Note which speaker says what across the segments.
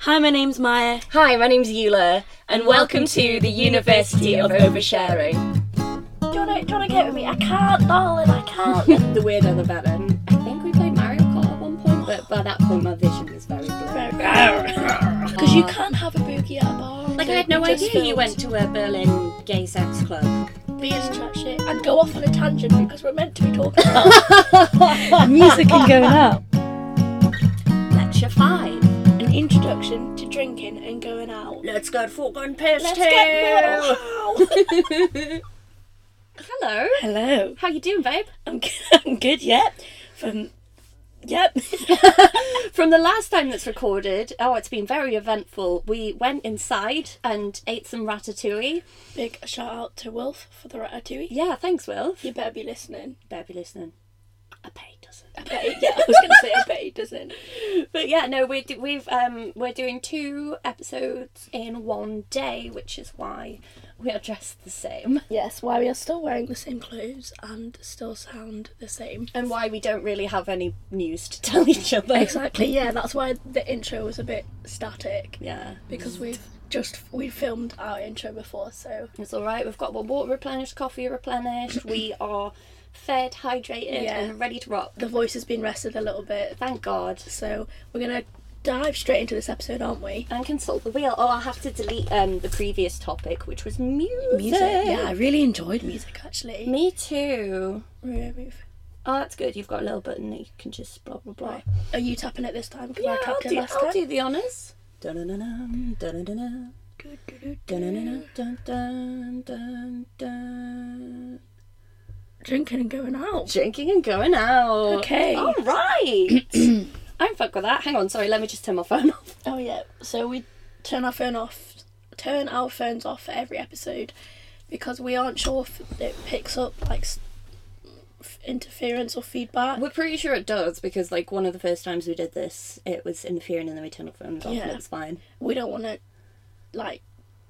Speaker 1: Hi, my name's Maya,
Speaker 2: Hi, my name's Eula, and
Speaker 1: welcome to the University of
Speaker 2: Oversharing.
Speaker 1: Do you, wanna, do you wanna get with me? I can't, darling, I can't.
Speaker 2: The weirder the better. I think we played Mario Kart at one point, but by that point my vision was very blurred.
Speaker 1: Because you can't have a boogie at a bar.
Speaker 2: Like I had no
Speaker 1: Just
Speaker 2: idea you
Speaker 1: filmed.
Speaker 2: went to a Berlin gay sex club.
Speaker 1: Be as chat shit and go off on a tangent because we're meant to be talking about music and going out.
Speaker 2: Lecture five.
Speaker 1: An introduction to drinking and going out.
Speaker 2: Let's go fucking piss
Speaker 1: Let's get wild.
Speaker 2: Hello.
Speaker 1: Hello,
Speaker 2: How you doing, babe?
Speaker 1: I'm good, I'm good, yep. From, yep.
Speaker 2: From the last time that's recorded, oh, it's been very eventful. We went inside and ate some ratatouille.
Speaker 1: Big shout out to Wolf for the ratatouille.
Speaker 2: Yeah, thanks, Will.
Speaker 1: You better be listening.
Speaker 2: Better be listening. I bet he doesn't.
Speaker 1: I bet he, yeah, I was gonna say I bet he doesn't.
Speaker 2: But yeah, no, we do, we've um we're doing two episodes in one day, which is why we are dressed the same
Speaker 1: Yes, why we are still wearing the same clothes and still sound the same.
Speaker 2: and why we don't really have any news to tell each other.
Speaker 1: Exactly, yeah, that's why the intro was a bit static.
Speaker 2: Yeah,
Speaker 1: Because we've just we filmed our intro before, so
Speaker 2: it's all right. We've got our water replenished, coffee replenished. we are fed, hydrated,
Speaker 1: Yeah.
Speaker 2: and ready to rock.
Speaker 1: the voice has been rested a little bit.
Speaker 2: Thank God.
Speaker 1: So we're gonna dive straight into this episode, aren't we?
Speaker 2: And consult the wheel. Oh, I'll have to delete um the previous topic, which was music.
Speaker 1: Yeah, I really enjoyed music actually.
Speaker 2: Me too.
Speaker 1: Move, move.
Speaker 2: Oh, that's good. You've got a little button that you can just blah blah blah.
Speaker 1: Right. Are you tapping it this time? Because I
Speaker 2: I'll
Speaker 1: tapped it
Speaker 2: do,
Speaker 1: last
Speaker 2: I'll
Speaker 1: time.
Speaker 2: do the honours. Dun-dun-dun-dun, dun-dun-dun-dun, dun-dun-dun-dun, dun-dun, dun-dun.
Speaker 1: Drinking and going out. Oh,
Speaker 2: Drinking and going out.
Speaker 1: Okay.
Speaker 2: All right. I'm fuck with that. Hang on, sorry. Let me just turn my phone off.
Speaker 1: Oh yeah. So we turn our phone off, turn our phones off for every episode, because we aren't sure if it picks up like s- f- interference or feedback.
Speaker 2: We're pretty sure it does because, like, one of the first times we did this, it was interfering, and then we turned our phones off, and
Speaker 1: Yeah.
Speaker 2: it was fine.
Speaker 1: We don't want to like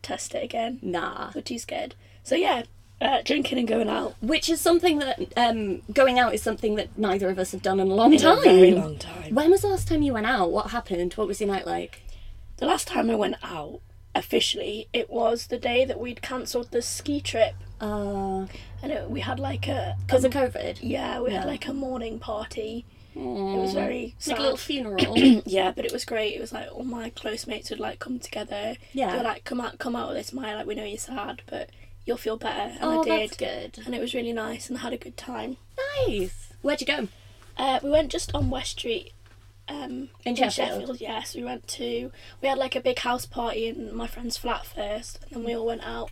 Speaker 1: test it again.
Speaker 2: Nah.
Speaker 1: We're too scared. So yeah, uh, drinking and going out.
Speaker 2: Which is something that um, going out is something that neither of us have done in a long time.
Speaker 1: time.
Speaker 2: When was the last time you went out? What happened? What was your night like?
Speaker 1: The last time I went out officially, it was the day that we'd cancelled the ski trip,
Speaker 2: Uh,
Speaker 1: and it, we had like a
Speaker 2: because of COVID.
Speaker 1: yeah, we
Speaker 2: Yeah.
Speaker 1: had like a morning party. It was very
Speaker 2: It's like a
Speaker 1: sad.
Speaker 2: little funeral.
Speaker 1: Yeah, but it was great. It was like all my close mates would like come together.
Speaker 2: Yeah.
Speaker 1: They were like, come out, come out of this, Maya. Like we know you're sad, but you'll feel better. And
Speaker 2: oh,
Speaker 1: I did,
Speaker 2: that's good.
Speaker 1: and it was really nice, and I had a good time.
Speaker 2: Nice. Where'd you go?
Speaker 1: Uh, we went just on West Street. Um,
Speaker 2: In Sheffield?
Speaker 1: yes. We went to we had like a big house party in my friend's flat first, and then we all went out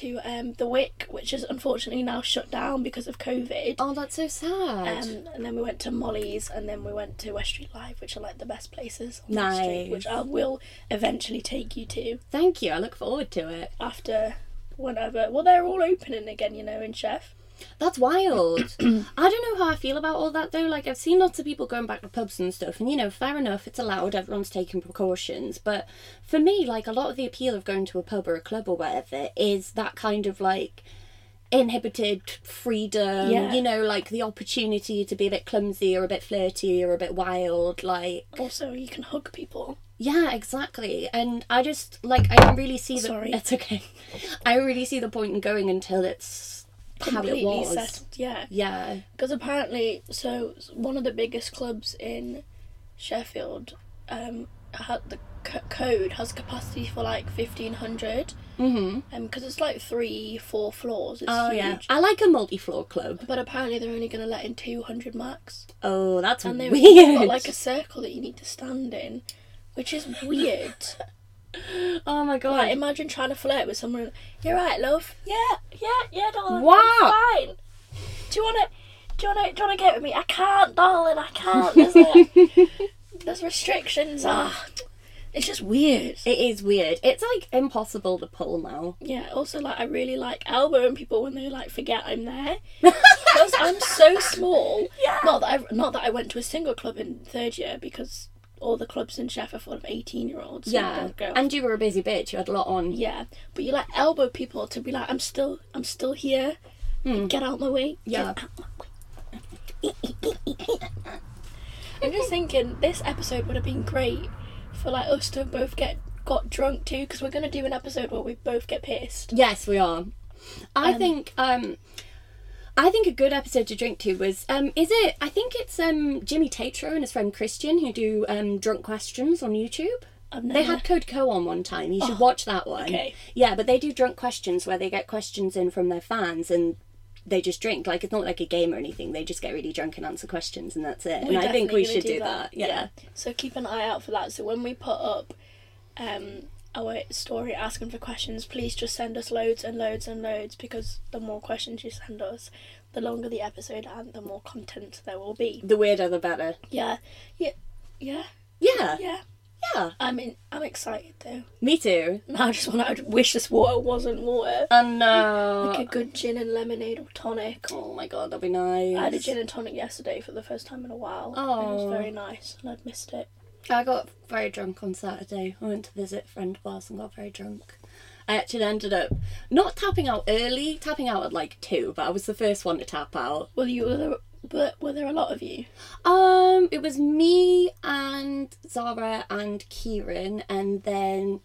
Speaker 1: to um, the Wick, which is unfortunately now shut down because of COVID.
Speaker 2: Oh, that's so sad.
Speaker 1: Um, and then we went to Molly's, and then we went to West Street Live, which are like the best places on West Street,
Speaker 2: Nice.
Speaker 1: which I will eventually take you to
Speaker 2: Thank you. I look forward to it.
Speaker 1: after whenever. Well, they're all opening again, you know, in Chef.
Speaker 2: That's wild. I don't know how I feel about all that though. Like I've seen lots of people going back to pubs and stuff, and you know, fair enough. It's allowed. Everyone's taking precautions. But for me, like a lot of the appeal of going to a pub or a club or whatever is that kind of like inhibited freedom.
Speaker 1: Yeah.
Speaker 2: You know, like the opportunity to be a bit clumsy or a bit flirty or a bit wild. Like
Speaker 1: Also, you can hug people.
Speaker 2: Yeah, exactly. And I just like I don't really see the
Speaker 1: Sorry.
Speaker 2: it's okay. I don't really see the point in going until it's
Speaker 1: Completely
Speaker 2: how it was.
Speaker 1: settled, yeah.
Speaker 2: Yeah.
Speaker 1: Because apparently, so one of the biggest clubs in Sheffield um, had the c- code has capacity for like fifteen hundred.
Speaker 2: Mm-hmm.
Speaker 1: because it's like three, four floors. It's
Speaker 2: Oh
Speaker 1: huge.
Speaker 2: yeah. I like a multi floor club.
Speaker 1: But apparently, they're only going to let in two hundred max.
Speaker 2: Oh, that's
Speaker 1: And they've
Speaker 2: weird.
Speaker 1: got like a circle that you need to stand in, which is weird.
Speaker 2: oh my god.
Speaker 1: like, imagine trying to flirt with someone. You're right, love. Yeah, yeah, yeah, darling. I'm
Speaker 2: Wow.
Speaker 1: Fine. Do you wanna? Do you wanna? Do you wanna get with me? I can't, darling. I can't. There's, a, there's restrictions. Ah, it's just weird.
Speaker 2: it is weird. It's like impossible to pull now.
Speaker 1: Yeah. Also, like, I really like elbowing people when they like forget I'm there. because I'm so small.
Speaker 2: Yeah.
Speaker 1: Not that I not that I went to a single club in third year because all the clubs in Sheffield are full of eighteen year olds.
Speaker 2: Yeah. And you were a busy bitch, you had a lot on.
Speaker 1: yeah, but you like elbow people to be like, I'm still I'm still here. Get out my way.
Speaker 2: Hmm. Yeah.
Speaker 1: Get out my way. I'm just thinking this episode would have been great for like us to both get got drunk too because we're gonna do an episode where we both get pissed.
Speaker 2: Yes, we are. I think um I think a good episode to drink to was um is it I think it's um Jimmy Tatro and his friend Christian who do um drunk questions on YouTube.
Speaker 1: I've
Speaker 2: They
Speaker 1: never-
Speaker 2: had Code Co on one time. You should watch that one.
Speaker 1: okay.
Speaker 2: Yeah, but they do drunk questions where they get questions in from their fans and they just drink. Like it's not like a game or anything. They just get really drunk and answer questions and that's it.
Speaker 1: We're
Speaker 2: and I think
Speaker 1: definitely
Speaker 2: we
Speaker 1: gonna
Speaker 2: should do that. Yeah.
Speaker 1: So keep an eye out for that. So when we put up um, our story asking for questions, please just send us loads and loads and loads because the more questions you send us, the longer the episode and the more content there will be.
Speaker 2: The weirder the better.
Speaker 1: Yeah, yeah, yeah,
Speaker 2: Yeah.
Speaker 1: yeah.
Speaker 2: Yeah.
Speaker 1: I mean, I'm excited though.
Speaker 2: Me too.
Speaker 1: Now I just want to wish this water wasn't water.
Speaker 2: And uh
Speaker 1: Like a good gin and lemonade or tonic.
Speaker 2: Oh my god, that'd be nice.
Speaker 1: I had a gin and tonic yesterday for the first time in a while. It
Speaker 2: Aw.
Speaker 1: was very nice, and I'd missed it.
Speaker 2: I got very drunk on Saturday. I went to visit a friend of ours and got very drunk. I actually ended up not tapping out early, tapping out at like two, but I was the first one to tap out.
Speaker 1: Well, you were there, but were there a lot of you?
Speaker 2: Um, it was me and Zara and Kieran, and then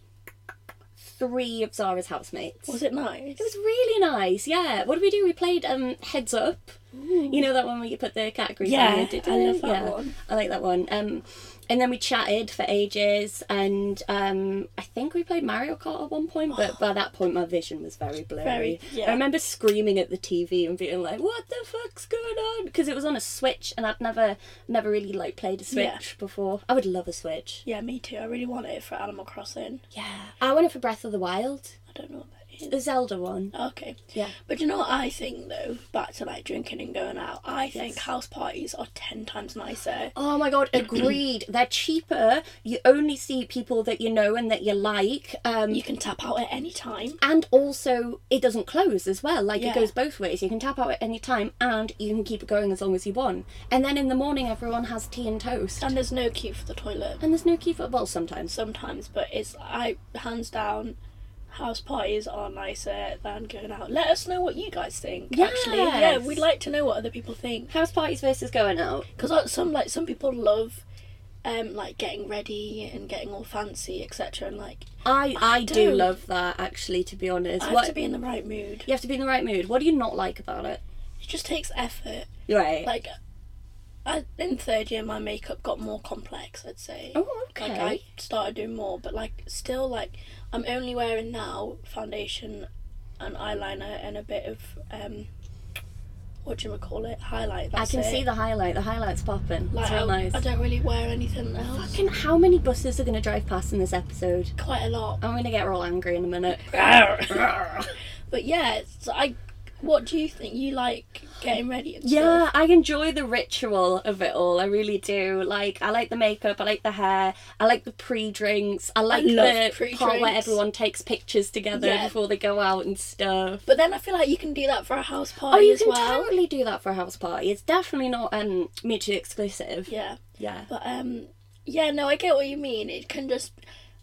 Speaker 2: three of Zara's housemates.
Speaker 1: Was it nice?
Speaker 2: It was really nice, yeah. What did we do? We played um Heads Up. You know that one where you put the categories
Speaker 1: Yeah,
Speaker 2: on you, did
Speaker 1: I
Speaker 2: you?
Speaker 1: love that one.
Speaker 2: I like that one. Um and then we chatted for ages and um I think we played Mario Kart at one point, but by that point my vision was very blurry.
Speaker 1: Very, yeah.
Speaker 2: I remember screaming at the TV and being like, What the fuck's going on? Because it was on a Switch and I'd never never really like played a Switch
Speaker 1: Yeah.
Speaker 2: before. I would love a Switch.
Speaker 1: Yeah, me too. I really want it for Animal Crossing.
Speaker 2: Yeah. I went in for Breath of the Wild.
Speaker 1: I don't know what that is.
Speaker 2: The Zelda one.
Speaker 1: Okay.
Speaker 2: Yeah.
Speaker 1: But you know what I think though? Back to like drinking and going out. I think house parties are ten times nicer.
Speaker 2: Oh my god, agreed. They're cheaper. You only see people that you know and that you like. Um,
Speaker 1: You can tap out at any time.
Speaker 2: and also, it doesn't close as well. Like,
Speaker 1: Yeah.
Speaker 2: it goes both ways. You can tap out at any time and you can keep it going as long as you want. And then in the morning, everyone has tea and toast.
Speaker 1: And there's no queue for the toilet
Speaker 2: And there's no key for well, sometimes.
Speaker 1: sometimes, but it's I hands down house parties are nicer than going out. Let us know what you guys think. Actually, yeah,
Speaker 2: Yes.
Speaker 1: we'd like to know what other people think.
Speaker 2: House parties versus going out.
Speaker 1: because some like some people love um like getting ready and getting all fancy etc and like
Speaker 2: I, I, do
Speaker 1: don't.
Speaker 2: love that, actually, to be honest.
Speaker 1: i have
Speaker 2: What,
Speaker 1: to be in the right mood
Speaker 2: you have to be in the right mood. What do you not like about it?
Speaker 1: it just takes effort
Speaker 2: Right.
Speaker 1: like I, in third year my makeup got more complex i'd say
Speaker 2: oh,
Speaker 1: like
Speaker 2: okay.
Speaker 1: i started doing more but like still like i'm only wearing now foundation and eyeliner and a bit of um what do you call it highlight
Speaker 2: I
Speaker 1: that's
Speaker 2: can
Speaker 1: it.
Speaker 2: see the highlight. The highlight's popping.
Speaker 1: like
Speaker 2: it's real
Speaker 1: I,
Speaker 2: nice.
Speaker 1: I don't really wear anything else
Speaker 2: Fucking how many buses are going to drive past in this episode?
Speaker 1: quite a lot
Speaker 2: I'm going to get real angry in a minute.
Speaker 1: But yeah, so I. What do you think? You like getting ready and stuff?
Speaker 2: Yeah, I enjoy the ritual of it all. I really do. Like, I like the makeup. I like the hair. I like the pre-drinks. I like
Speaker 1: love
Speaker 2: the part where
Speaker 1: pre-drinks.
Speaker 2: everyone takes pictures together
Speaker 1: Yeah.
Speaker 2: before they go out and stuff.
Speaker 1: But then I feel like you can do that for a house party
Speaker 2: Oh, you
Speaker 1: as
Speaker 2: can
Speaker 1: well.
Speaker 2: totally do that for a house party. It's definitely not um mutually exclusive.
Speaker 1: Yeah,
Speaker 2: Yeah.
Speaker 1: but um, yeah, no, I get what you mean. It can just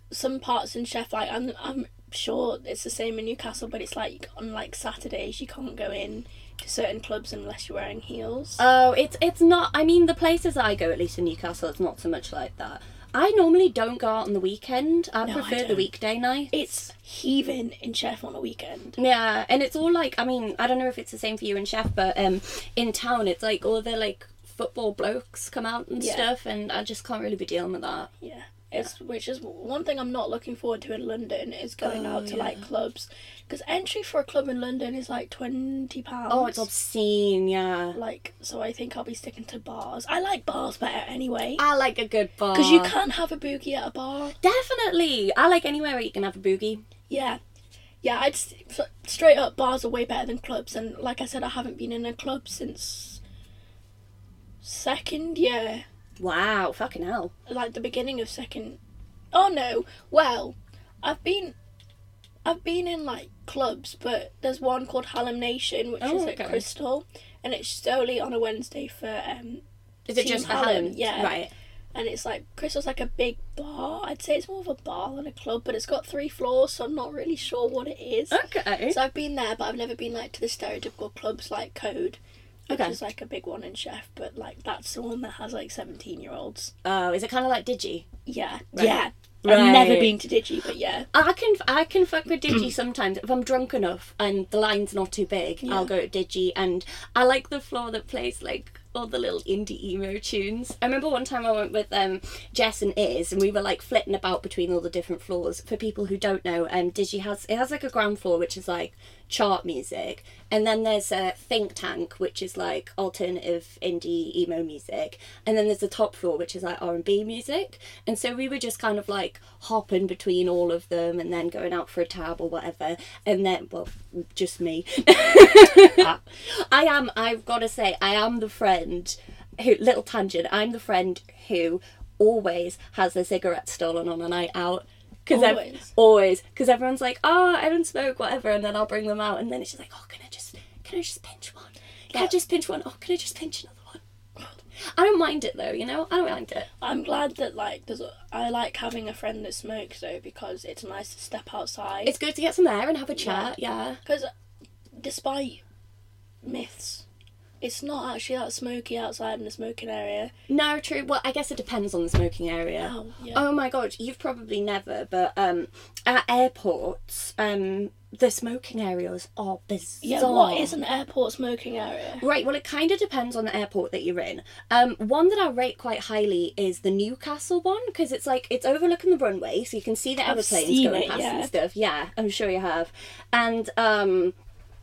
Speaker 1: some parts in Chef like I'm I'm sure it's the same in Newcastle, but it's like on like Saturdays you can't go in to certain clubs unless you're wearing heels.
Speaker 2: Oh, it's it's not. I mean, the places I go, at least in Newcastle, it's not so much like that. I normally don't go out on the weekend. I
Speaker 1: No, I
Speaker 2: prefer the
Speaker 1: don't.
Speaker 2: weekday night.
Speaker 1: it's heaving in Chef on a weekend.
Speaker 2: Yeah, and it's all like I mean I don't know if it's the same for you and Chef, but um, in town it's like all the like football blokes come out and
Speaker 1: Yeah.
Speaker 2: stuff, and I just can't really be dealing with that.
Speaker 1: Yeah. It's which is one thing I'm not looking forward to in London is going
Speaker 2: Oh,
Speaker 1: out to
Speaker 2: yeah.
Speaker 1: like clubs because entry for a club in London is like twenty pounds.
Speaker 2: Oh, it's obscene. Yeah,
Speaker 1: like so. I think I'll be sticking to bars. I like bars better anyway
Speaker 2: I like a good bar
Speaker 1: because you can't have a boogie at a bar.
Speaker 2: Definitely, I like anywhere where you can have a boogie.
Speaker 1: Yeah, yeah. I'd s- f- straight up bars are way better than clubs. And like I said, I haven't been in a club since second year,
Speaker 2: Wow, fucking hell.
Speaker 1: like the beginning of second. Oh no. Well, I've been. I've been in like clubs, but there's one called Hallam Nation, which
Speaker 2: Oh,
Speaker 1: is
Speaker 2: okay.
Speaker 1: at Crystal, and it's solely on a Wednesday for um,
Speaker 2: Is it
Speaker 1: Team
Speaker 2: just for
Speaker 1: Hallam,
Speaker 2: Hallam?
Speaker 1: yeah.
Speaker 2: Right.
Speaker 1: and it's like Crystal's like a big bar. I'd say it's more of a bar than a club, but it's got three floors, so I'm not really sure what it is.
Speaker 2: Okay.
Speaker 1: So I've been there, but I've never been like to the stereotypical clubs like Code which
Speaker 2: Okay.
Speaker 1: is like a big one in Chef, but like that's the one that has like seventeen year olds.
Speaker 2: Oh, is it kind of like Digi?
Speaker 1: Yeah,
Speaker 2: Right.
Speaker 1: yeah. I've never
Speaker 2: Right.
Speaker 1: been to Digi, but yeah,
Speaker 2: I can I can fuck with Digi sometimes if I'm drunk enough and the line's not too big.
Speaker 1: Yeah.
Speaker 2: I'll go to Digi, and I like the floor that plays like all the little indie emo tunes. I remember one time I went with um Jess and Iz, and we were like flitting about between all the different floors. For people who don't know, um Digi has it has like a ground floor which is like chart music, and then there's a think tank which is like alternative indie emo music, and then there's the top floor which is like R and B music. And so we were just kind of like hopping between all of them, and then going out for a tab or whatever. And then, well, just me. I am. I've got to say, I am the friend who little tangent. I'm the friend who always has their cigarette stolen on a night out. Because
Speaker 1: Always.
Speaker 2: always because everyone's like, oh, I don't smoke, whatever, and then I'll bring them out, and then it's just like, oh, can I just can I just pinch one? Can I
Speaker 1: Yeah.
Speaker 2: just pinch one? Oh, can I just pinch another one? I don't mind it though, you know. I don't mind it.
Speaker 1: I'm glad that like there's. A, I like having a friend that smokes though because it's nice to step outside.
Speaker 2: It's good to get some air and have a chat. Yeah.
Speaker 1: Because despite myths, it's not actually that smoky outside in the smoking area.
Speaker 2: No, true. Well, I guess it depends on the smoking area.
Speaker 1: Oh, yeah.
Speaker 2: Oh my god, you've probably never, but um, at airports, um, the smoking areas are bizarre.
Speaker 1: yeah, what is an airport smoking area?
Speaker 2: Right, well, it kind of depends on the airport that you're in. Um, one that I rate quite highly is the Newcastle one because it's like it's overlooking the runway, so you can see the aeroplanes
Speaker 1: seen
Speaker 2: going
Speaker 1: it,
Speaker 2: past
Speaker 1: yeah.
Speaker 2: and stuff. Yeah, I'm sure you have, and um,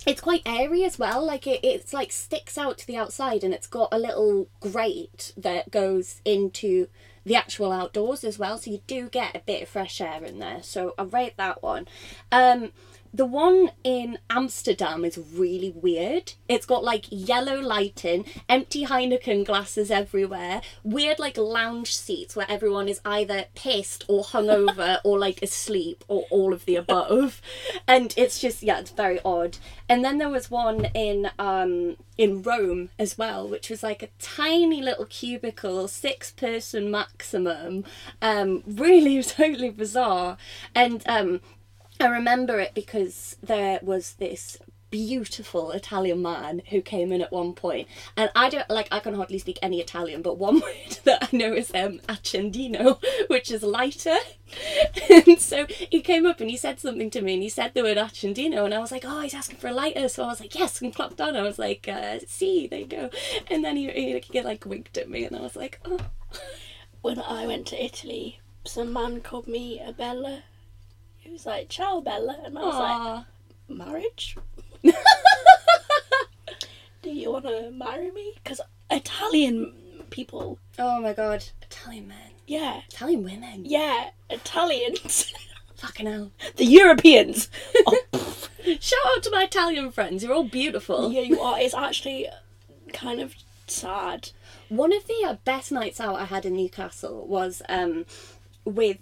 Speaker 2: it's quite airy as well. Like it, it's like sticks out to the outside, and it's got a little grate that goes into the actual outdoors as well. So you do get a bit of fresh air in there. So I rate that one. Um, the one in Amsterdam is really weird. It's got like yellow lighting, empty Heineken glasses everywhere, weird like lounge seats where everyone is either pissed or hungover or like asleep or all of the above. And it's just yeah, it's very odd. And then there was one in um in Rome as well, which was like a tiny little cubicle, six person maximum. Um really totally bizarre. And um I remember it because there was this beautiful Italian man who came in at one point, and I don't like I can hardly speak any Italian, but one word that I know is um accendino, which is lighter. and so he came up and he said something to me, and he said the word accendino, and I was like, oh, he's asking for a lighter, so I was like, yes, and clocked on. I was like, uh, see, there you go, and then he, he, he like winked at me, and I was like, oh.
Speaker 1: When I went to Italy, some man called me a Bella. He was like, "Ciao, Bella," and I was
Speaker 2: aw.
Speaker 1: like, "Marriage? Do you want to marry me?" Because Italian people,
Speaker 2: oh my god, Italian men,
Speaker 1: yeah,
Speaker 2: Italian women,
Speaker 1: yeah, Italians,
Speaker 2: fucking hell.
Speaker 1: the Europeans. Oh, pff.
Speaker 2: Shout out to my Italian friends. You're all beautiful.
Speaker 1: yeah, you are. It's actually kind of sad.
Speaker 2: One of the uh, best nights out I had in Newcastle was um, with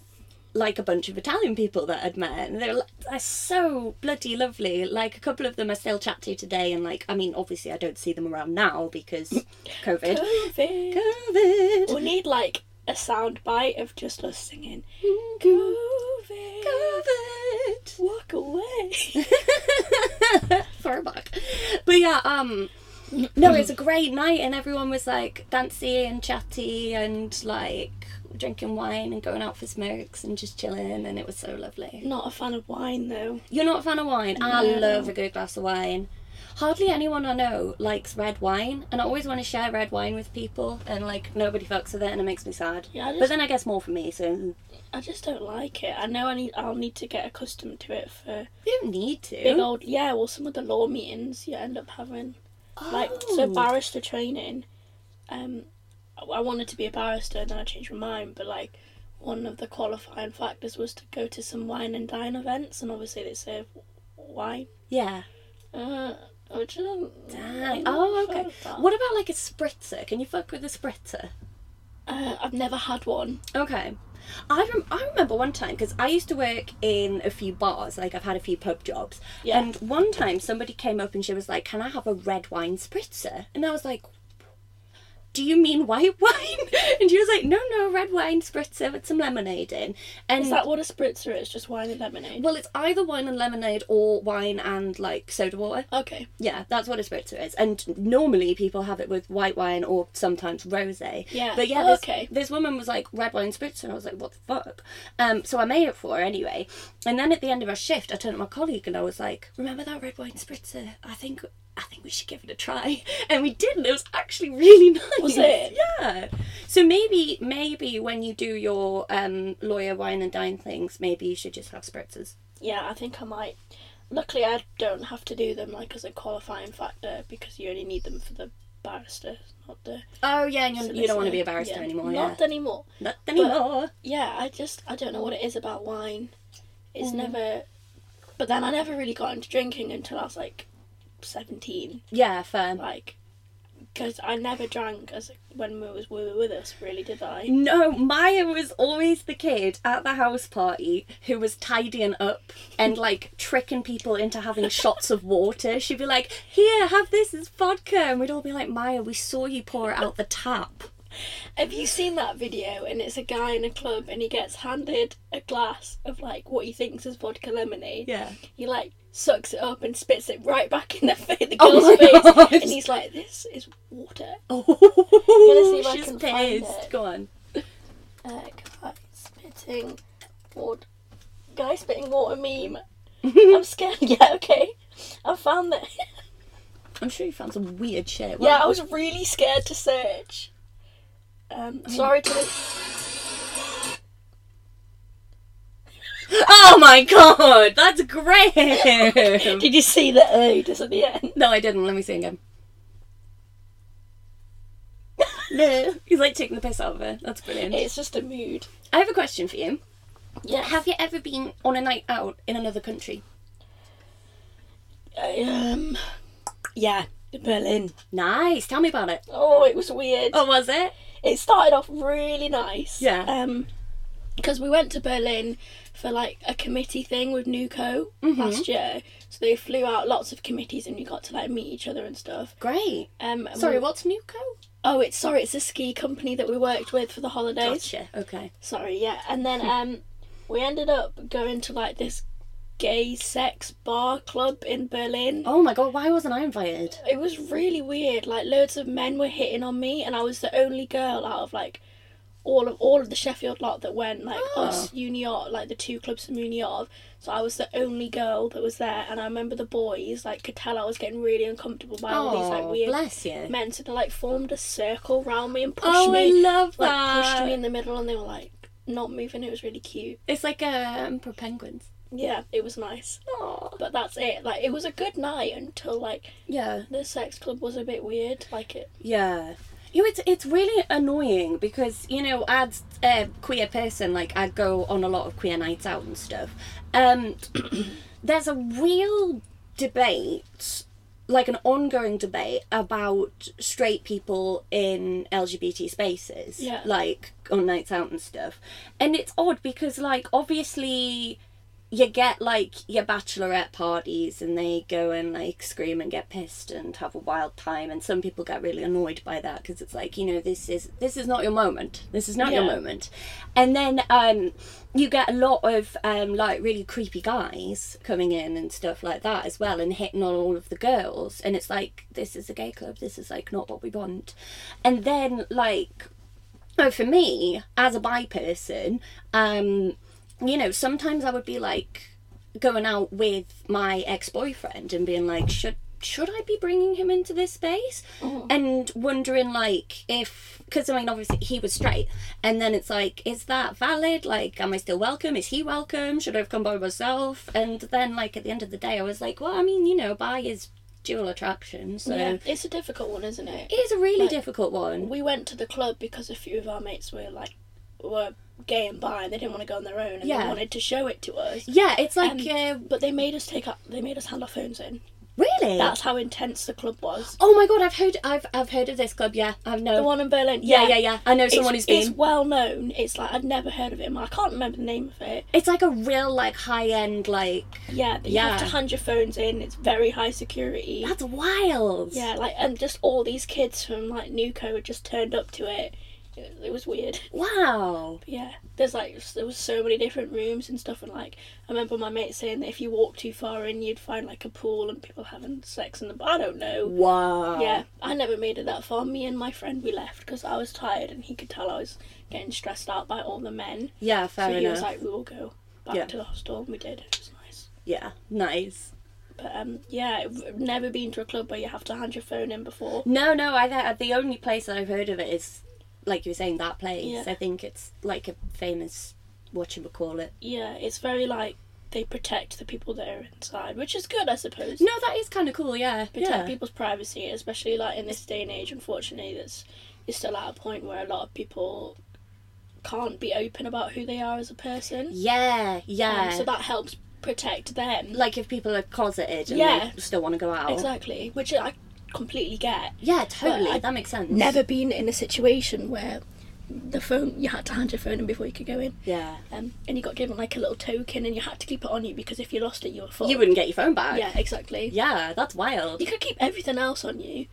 Speaker 2: like a bunch of Italian people that I'd met, and they're, they're so bloody lovely. Like a couple of them I still chat to today, and like I mean, obviously I don't see them around now because COVID.
Speaker 1: COVID.
Speaker 2: COVID.
Speaker 1: We need like a sound bite of just us singing COVID.
Speaker 2: COVID.
Speaker 1: Walk away.
Speaker 2: Throwback. But yeah, um no, it was a great night and everyone was like dancing and chatty and like drinking wine and going out for smokes and just chilling and it was so lovely.
Speaker 1: Not a fan of wine though.
Speaker 2: You're not a fan of wine? I
Speaker 1: No.
Speaker 2: love a good glass of wine. Hardly anyone I know likes red wine and I always want to share red wine with people and like nobody fucks with it and it makes me sad.
Speaker 1: Yeah, I
Speaker 2: But
Speaker 1: just,
Speaker 2: then I guess more for me, so
Speaker 1: I just don't like it. I know I need. I'll need to get accustomed to it for
Speaker 2: you don't need to.
Speaker 1: big old. Yeah, well, some of the law meetings you end up having, like so
Speaker 2: Oh.
Speaker 1: barrister training. Um, I- I wanted to be a barrister, and then I changed my mind. But like, one of the qualifying factors was to go to some wine and dine events, and obviously they serve wine.
Speaker 2: Yeah.
Speaker 1: Uh, which I don't.
Speaker 2: Dang.
Speaker 1: I'm not
Speaker 2: Oh,
Speaker 1: sure
Speaker 2: okay.
Speaker 1: about.
Speaker 2: What about like a spritzer? Can you fuck with a spritzer?
Speaker 1: Uh, I've never had one.
Speaker 2: Okay. I, rem- I remember one time because I used to work in a few bars, like I've had a few pub jobs.
Speaker 1: Yeah.
Speaker 2: And one time somebody came up and she was like, Can I have a red wine spritzer? And I was like, do you mean white wine? And she was like, no, no, red wine spritzer with some lemonade in. And
Speaker 1: Is that what a spritzer is? Just wine and lemonade.
Speaker 2: well, it's either wine and lemonade or wine and like soda water.
Speaker 1: Okay.
Speaker 2: Yeah, that's what a spritzer is. And normally people have it with white wine or sometimes rosé.
Speaker 1: Yeah.
Speaker 2: But yeah,
Speaker 1: Oh,
Speaker 2: this,
Speaker 1: okay.
Speaker 2: this woman was like red wine spritzer, and I was like, what the fuck? Um, so I made it for her anyway. And then at the end of our shift, I turned to my colleague and I was like, remember that red wine spritzer? I think I think we should give it a try. And we did, and it was actually really nice.
Speaker 1: Was it?
Speaker 2: Yeah. So maybe maybe when you do your um, lawyer wine and dine things, maybe you should just have spritzers.
Speaker 1: Yeah, I think I might. Luckily, I don't have to do them like as a qualifying factor because you only need them for the barrister, not the.
Speaker 2: Oh yeah, and you're, you don't want to be a
Speaker 1: solicitor.
Speaker 2: barrister
Speaker 1: Yeah,
Speaker 2: anymore.
Speaker 1: Not
Speaker 2: yeah.
Speaker 1: anymore.
Speaker 2: Not anymore.
Speaker 1: Yeah, I just I don't know what it is about wine. It's
Speaker 2: Mm.
Speaker 1: never. But then I never really got into drinking until I was like seventeen.
Speaker 2: Yeah, fair.
Speaker 1: Like, because I never drank as when we was we were with us. Really, did I?
Speaker 2: No, Maya was always the kid at the house party who was tidying up and like tricking people into having shots of water. She'd be like, Here, have this, it's vodka. And we'd all be like, Maya, we saw you pour it out the tap.
Speaker 1: Have you seen that video? And it's a guy in a club, and he gets handed a glass of like what he thinks is vodka lemonade.
Speaker 2: Yeah.
Speaker 1: He like sucks it up and spits it right back in the face, the
Speaker 2: Oh
Speaker 1: girl's
Speaker 2: my
Speaker 1: face,
Speaker 2: God.
Speaker 1: and he's like, "This is water." see
Speaker 2: Oh,
Speaker 1: if I
Speaker 2: she's
Speaker 1: can find
Speaker 2: pissed.
Speaker 1: it.
Speaker 2: Go on.
Speaker 1: Uh, guy spitting water. Guy spitting water meme. I'm scared. Yeah, okay. I found that.
Speaker 2: I'm sure you found some weird shit.
Speaker 1: yeah, I was really scared to search. Um, sorry to.
Speaker 2: Oh my god, that's great.
Speaker 1: Did you see the uh, just at the end?
Speaker 2: no, I didn't. Let me sing again. No. He's like taking the piss out of her. That's brilliant.
Speaker 1: It's just a mood.
Speaker 2: I have a question for you.
Speaker 1: Yeah.
Speaker 2: Have you ever been on a night out in another country?
Speaker 1: um. Yeah, Berlin.
Speaker 2: Nice. Tell me about it.
Speaker 1: Oh, it was weird.
Speaker 2: Oh, was it?
Speaker 1: It started off really nice.
Speaker 2: Yeah.
Speaker 1: Um, because we went to Berlin for like a committee thing with Nuco
Speaker 2: Mm-hmm.
Speaker 1: last year, so they flew out lots of committees and we got to like meet each other and stuff.
Speaker 2: Great.
Speaker 1: Um, and
Speaker 2: Sorry,
Speaker 1: we-
Speaker 2: what's Nuco?
Speaker 1: Oh, it's sorry. It's a ski company that we worked with for the holidays.
Speaker 2: Gotcha. Hmm. Okay.
Speaker 1: Sorry, yeah. And then um, we ended up going to like this gay sex bar club in Berlin.
Speaker 2: Oh my god, why wasn't I invited?
Speaker 1: It was really weird. Like loads of men were hitting on me, and I was the only girl out of like all of all of the Sheffield lot that went. Like
Speaker 2: Oh.
Speaker 1: us, Unior, like the two clubs from Unior. So I was the only girl that was there, and I remember the boys like could tell I was getting really uncomfortable by all these like
Speaker 2: Oh,
Speaker 1: weird
Speaker 2: bless you.
Speaker 1: men. So they like formed a circle round me and pushed
Speaker 2: oh,
Speaker 1: me,
Speaker 2: I love
Speaker 1: like
Speaker 2: that.
Speaker 1: pushed me in the middle, and they were like not moving. It was really cute.
Speaker 2: It's like uh, emperor penguins.
Speaker 1: Yeah, it was nice.
Speaker 2: Oh.
Speaker 1: But that's it. Like it was a good night until like
Speaker 2: Yeah.
Speaker 1: the sex club was a bit weird. Like it.
Speaker 2: Yeah. You know, it's it's really annoying because you know, as a queer person, like I go on a lot of queer nights out and stuff. Um, there's a real debate, like an ongoing debate about straight people in LGBT spaces,
Speaker 1: Yeah.
Speaker 2: like on nights out and stuff. And it's odd because, like, obviously you get like your bachelorette parties and they go and like scream and get pissed and have a wild time and some people get really annoyed by that because it's like you know this is this is not your moment this is not your
Speaker 1: Yeah.
Speaker 2: moment and then um you get a lot of um like really creepy guys coming in and stuff like that as well and hitting on all of the girls and it's like this is a gay club this is like not what we want and then like Oh, for me, as a bi person, um, you know, sometimes I would be like going out with my ex boyfriend and being like, should should I be bringing him into this space?
Speaker 1: Oh.
Speaker 2: And wondering like if because I mean obviously he was straight, and then it's like, is that valid? Like, am I still welcome? Is he welcome? Should I have come by myself? And then like at the end of the day, I was like, well, I mean, you know, bi is dual attraction, so
Speaker 1: Yeah. It's a difficult one, isn't it?
Speaker 2: it is a really
Speaker 1: Like,
Speaker 2: difficult one.
Speaker 1: We went to the club because a few of our mates were like were gay and bi, and they didn't want to go on their own, and
Speaker 2: Yeah.
Speaker 1: they wanted to show it to us. Um,
Speaker 2: Yeah, it's like. uh,
Speaker 1: But they made us take up. They made us hand our phones in.
Speaker 2: Really?
Speaker 1: That's how intense the club was.
Speaker 2: oh my god, I've heard I've I've heard of this club. Yeah, I've
Speaker 1: The
Speaker 2: known.
Speaker 1: one in Berlin.
Speaker 2: yeah, yeah, yeah. I know
Speaker 1: It's-
Speaker 2: someone who's
Speaker 1: it's
Speaker 2: been.
Speaker 1: well known. It's like I'd never heard of him. I can't remember the name of it.
Speaker 2: It's like a real like high end like.
Speaker 1: Yeah, but you have to
Speaker 2: Yeah.
Speaker 1: hand your phones in. It's very high security.
Speaker 2: That's wild.
Speaker 1: Yeah, like and just all these kids from like Newco had just turned up to it. It, it was weird.
Speaker 2: Wow.
Speaker 1: But yeah, there's like s- there was so many different rooms and stuff, and like I remember my mate saying that if you walk too far in, you'd find like a pool and people having sex in the. I don't know.
Speaker 2: Wow.
Speaker 1: Yeah, I never made it that far. Me and my friend we left because I was tired and he could tell I was getting stressed out by all the men.
Speaker 2: Yeah.
Speaker 1: So
Speaker 2: Fair
Speaker 1: he
Speaker 2: enough.
Speaker 1: was like, "We will go back
Speaker 2: Yeah.
Speaker 1: to the hostel," and we did. It was nice.
Speaker 2: yeah. Nice.
Speaker 1: But um, yeah, I've never been to a club where you have to hand your phone in before.
Speaker 2: No, no, I th- the only place that I've heard of it is, like you were saying, that place.
Speaker 1: Yeah.
Speaker 2: I think it's like a famous whatchamacallit. it.
Speaker 1: Yeah, it's very like they protect the people that are inside, which is good, I suppose.
Speaker 2: No, that is kind of cool, yeah.
Speaker 1: protect
Speaker 2: yeah.
Speaker 1: people's privacy, especially like in this day and age. Unfortunately, that's is still at a point where a lot of people can't be open about who they are as a person.
Speaker 2: Yeah, yeah.
Speaker 1: Um, so that helps protect them.
Speaker 2: like if people are closeted and
Speaker 1: Yeah.
Speaker 2: they still want to go out.
Speaker 1: Exactly, which I completely get.
Speaker 2: Yeah, totally.
Speaker 1: But I-
Speaker 2: that makes sense.
Speaker 1: Never been in a situation where the phone you had to hand your phone in before you could go in.
Speaker 2: Yeah.
Speaker 1: Um, and you got given like a little token, and you had to keep it on you because if you lost it, you were fucked.
Speaker 2: You wouldn't get your phone back.
Speaker 1: Yeah, exactly.
Speaker 2: Yeah, that's wild.
Speaker 1: You could keep everything else on you.